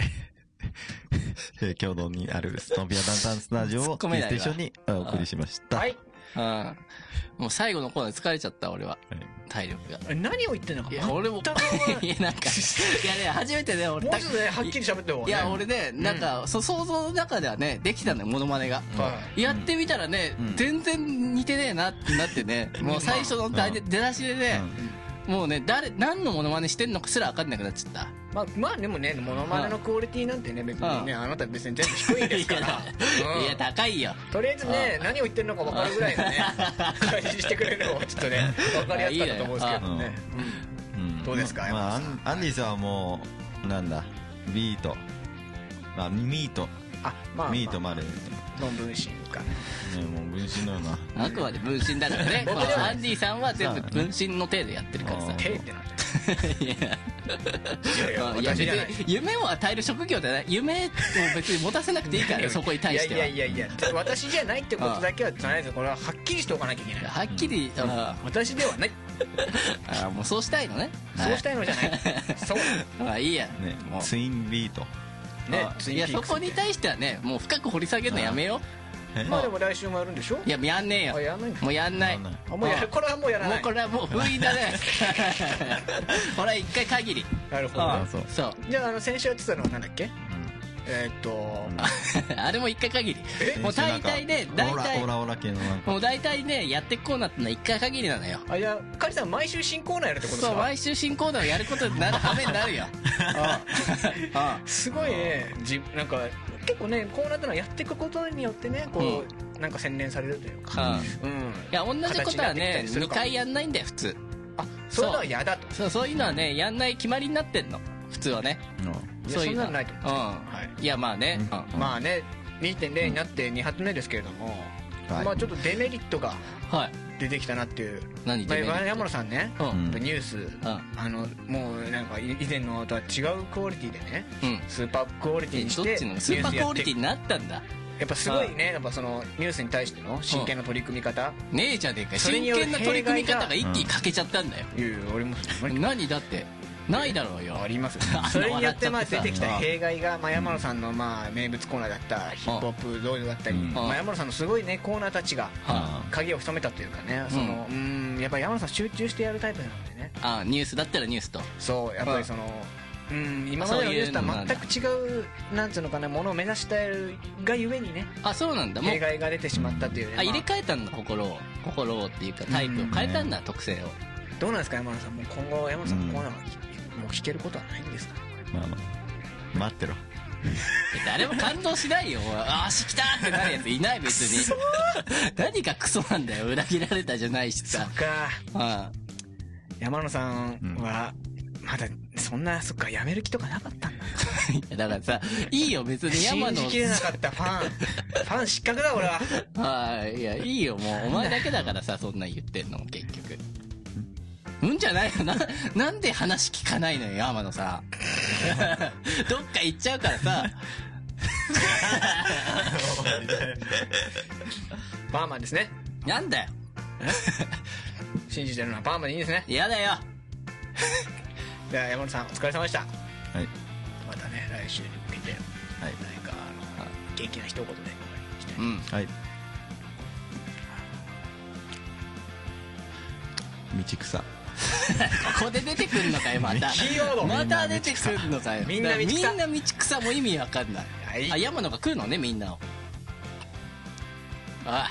[SPEAKER 3] えー共同にあるストンピアダウンタウンスタジオ
[SPEAKER 2] 突っ
[SPEAKER 3] を
[SPEAKER 2] 込めないわ
[SPEAKER 3] 一緒にお送りしました。
[SPEAKER 1] はい。
[SPEAKER 2] うん。もう最後のコーナー疲れちゃった、俺は
[SPEAKER 3] はい。
[SPEAKER 2] 体力が。
[SPEAKER 1] 何を言ってんのか
[SPEAKER 2] いや、俺も、 [LAUGHS] いや、なん
[SPEAKER 5] [LAUGHS]
[SPEAKER 2] か、いやね、初めてね、俺、
[SPEAKER 1] もうちょっとね、はっきり喋ってよ。
[SPEAKER 2] いや、俺ね、なんか、そ想像の中ではね、できたのよ、モノマネが。
[SPEAKER 1] は
[SPEAKER 2] やってみたらね、全然似てねえなってなってね、もう最初のだい出だしでね、もうね、誰、何のモノマネしてんのかすら分かんなくなっちゃった。
[SPEAKER 1] まあ、まあでもね、モノマネのクオリティなんてね、別にね、あなた別に全部低いですから。うん
[SPEAKER 2] いや、高いよ。
[SPEAKER 1] とりあえずね、何を言ってるのか分かるぐらいのね、感じにしてくれるのがちょっとね、分かりやすかったと思うんですけど
[SPEAKER 3] いい
[SPEAKER 1] ね
[SPEAKER 3] ね。うん
[SPEAKER 1] どうですか
[SPEAKER 3] ま
[SPEAKER 1] 山
[SPEAKER 3] まあ
[SPEAKER 1] 田
[SPEAKER 3] アン、アンディさんはもう、なんだ、ビート、まあ、ミート、
[SPEAKER 1] あ、まあ、
[SPEAKER 3] ミート
[SPEAKER 1] ま
[SPEAKER 3] まで、ね、
[SPEAKER 1] あ、論文集か。
[SPEAKER 3] もう分身のような。
[SPEAKER 2] あくまで分身だからね。
[SPEAKER 1] 僕では
[SPEAKER 2] アンディさんは全部分身の手でやってるからさ
[SPEAKER 3] うん。
[SPEAKER 1] 手ってなんだよ
[SPEAKER 2] いや
[SPEAKER 1] いや
[SPEAKER 2] [LAUGHS] いや
[SPEAKER 1] 私じゃない
[SPEAKER 2] 別に夢を与える職業でない夢を別に持たせなくていいからよそこに対してはい
[SPEAKER 1] やいやいやいや私じゃないってことだけはとりあえずこれははっきりしておかなきゃいけない
[SPEAKER 2] はっきり、あ
[SPEAKER 1] 私ではない
[SPEAKER 2] あもうそうしたいのね
[SPEAKER 1] そうしたいのじゃないそう
[SPEAKER 2] まあいいや
[SPEAKER 3] ね
[SPEAKER 2] も、う
[SPEAKER 3] ツインビート。
[SPEAKER 1] ね
[SPEAKER 2] ああ
[SPEAKER 1] ツイ
[SPEAKER 2] い
[SPEAKER 1] ンピ
[SPEAKER 2] や
[SPEAKER 1] ークス
[SPEAKER 2] そこに対してはねもう深く掘り下げるのやめよ
[SPEAKER 3] え
[SPEAKER 1] まあでも来週もやるんでしょ
[SPEAKER 2] ういややんねえ
[SPEAKER 1] あ
[SPEAKER 2] よ
[SPEAKER 1] やんないんだ
[SPEAKER 2] もうやんない
[SPEAKER 3] やんない
[SPEAKER 1] あもうやるこれはもうやら
[SPEAKER 2] も
[SPEAKER 1] な
[SPEAKER 2] う
[SPEAKER 1] い
[SPEAKER 2] これはもう封印だね [LAUGHS] これは一回限り
[SPEAKER 1] なるほどね
[SPEAKER 3] あそう
[SPEAKER 2] そう [LAUGHS]
[SPEAKER 1] じゃああの先週やってたのはなんだっけえーっと、
[SPEAKER 2] あれも一回限り。もう大体ね、
[SPEAKER 3] なん
[SPEAKER 2] 大
[SPEAKER 3] かオ
[SPEAKER 2] 体、
[SPEAKER 3] ラオラオラ系のなんか
[SPEAKER 2] もう大体ね、やってこうなったのは一回限りなのよ。
[SPEAKER 1] あ、じゃあ、カジさん毎週新コーナーやるってことです
[SPEAKER 2] そう、
[SPEAKER 1] か
[SPEAKER 2] 毎週新コーナーをやることになるために
[SPEAKER 1] [LAUGHS]
[SPEAKER 2] なるよ。あ
[SPEAKER 1] すごいね、じなんか、結構ね、コーナーってのはやっていくことによってね、こう、なんか洗練されるというか。
[SPEAKER 2] あうん
[SPEAKER 1] うん。
[SPEAKER 2] いや、
[SPEAKER 1] 形
[SPEAKER 2] 同じことは
[SPEAKER 1] になってきた
[SPEAKER 2] ね
[SPEAKER 1] り、する
[SPEAKER 2] 2
[SPEAKER 1] から
[SPEAKER 2] 回やんないんだよ、普通。
[SPEAKER 1] あ、それは嫌だと。
[SPEAKER 2] そう、そういうのはね、やんない決まりになってんの。普通はね。
[SPEAKER 1] いや、そん
[SPEAKER 2] の
[SPEAKER 1] なのないと
[SPEAKER 2] うん。
[SPEAKER 1] 思うんですけど。はい。
[SPEAKER 2] いや、まあね。うん
[SPEAKER 1] まあね、2.0になって2発目ですけれども、
[SPEAKER 3] はい
[SPEAKER 1] まあちょっとデメリットが
[SPEAKER 2] はい。
[SPEAKER 1] 出てきたなっていう。
[SPEAKER 2] 何
[SPEAKER 1] ま
[SPEAKER 2] デ
[SPEAKER 1] あ
[SPEAKER 2] メリット
[SPEAKER 1] 山野さんね、
[SPEAKER 2] うん
[SPEAKER 3] ん
[SPEAKER 1] やっぱニュース、
[SPEAKER 2] ん
[SPEAKER 1] あの、もうなんかい以前のとは違うクオリティでね、
[SPEAKER 2] うん。
[SPEAKER 1] スーパークオリティ
[SPEAKER 2] え
[SPEAKER 1] にし、
[SPEAKER 2] どってちのスーパークオリティになったんだ。
[SPEAKER 1] やっぱすごいね、やっぱそのニュースに対しての真剣な取り組み方、
[SPEAKER 2] ねえじゃねえか。
[SPEAKER 1] それ
[SPEAKER 2] 真
[SPEAKER 1] による
[SPEAKER 2] 剣な取り組み方が
[SPEAKER 1] 弊
[SPEAKER 2] 一
[SPEAKER 3] 害が
[SPEAKER 2] 気に欠けちゃったんだよ。
[SPEAKER 1] いやいや俺もそんな
[SPEAKER 2] 何だって。ないだろうよ。
[SPEAKER 1] ありますよ [LAUGHS]
[SPEAKER 2] あんな
[SPEAKER 1] それによってまあ
[SPEAKER 2] 笑っちゃ
[SPEAKER 1] 出
[SPEAKER 2] って
[SPEAKER 1] き
[SPEAKER 2] てさ
[SPEAKER 1] た弊害が、まあ、山野さんのまあ名物コーナーだったヒップホップ道場だったり、
[SPEAKER 3] うん
[SPEAKER 1] まあ、山野さんのすごいねコーナーたちが
[SPEAKER 2] は
[SPEAKER 1] 鍵を潜めたというかねその、うん、やっぱり山野さん集中してやるタイプなんでね
[SPEAKER 2] あニュースだったらニュースと。
[SPEAKER 1] そうやっぱりその、うん、今までのニュースとは全く違うなんつうのかなものを目指したいがゆえにね
[SPEAKER 2] あ、そうなんだ。もう
[SPEAKER 1] 弊、害が出てしまったというね、
[SPEAKER 2] あ、入れ
[SPEAKER 1] ま
[SPEAKER 2] 替えたんだ、心を。心をっていうか、タイプを変えたんだ、特性を。
[SPEAKER 1] あどうなんですか山野さんもう今後山野さんの
[SPEAKER 3] うん
[SPEAKER 1] コーナーはき、もう聞けることはないんですかね
[SPEAKER 3] まあまあ待ってろ
[SPEAKER 2] 誰も感動しないよ。あ、足きたってなるやついない、別に。 [LAUGHS] 何がクソなんだよ。裏切られたじゃないしさ。
[SPEAKER 1] か
[SPEAKER 2] あ [LAUGHS]
[SPEAKER 1] 山野さんは、まだそんなそっかやめる気とかなかったんだ
[SPEAKER 2] だからさ、いいよ、別に山
[SPEAKER 1] 信
[SPEAKER 2] の
[SPEAKER 1] じ。きれなかったファンファン失格だ俺は
[SPEAKER 2] はい、いや、いいよ、もう。お前だけだからさ、そんなん言ってんの、結局。うんじゃないよな。なんで話聞かないのよ、山野さ
[SPEAKER 1] [LAUGHS]
[SPEAKER 2] ん。どっか行っちゃうからさ。
[SPEAKER 1] パーマンですね
[SPEAKER 2] なんだよ。
[SPEAKER 1] 信じてるのはパーマンでいいですね
[SPEAKER 2] 嫌だよ。
[SPEAKER 1] じゃあ山野さんお疲れ様でした
[SPEAKER 3] はい
[SPEAKER 1] またね来週に向けて
[SPEAKER 3] はい
[SPEAKER 1] 何かあの元気な一言でお願いしたい
[SPEAKER 2] うん。
[SPEAKER 3] はい道草
[SPEAKER 2] ここで出てくんのかよ、また。
[SPEAKER 1] キーワード
[SPEAKER 2] また出てくんのかよ。
[SPEAKER 1] みんな道草
[SPEAKER 2] みんな道草も意味わかんない。
[SPEAKER 1] はい
[SPEAKER 2] あ、山野が食うのね、みんなを。あ、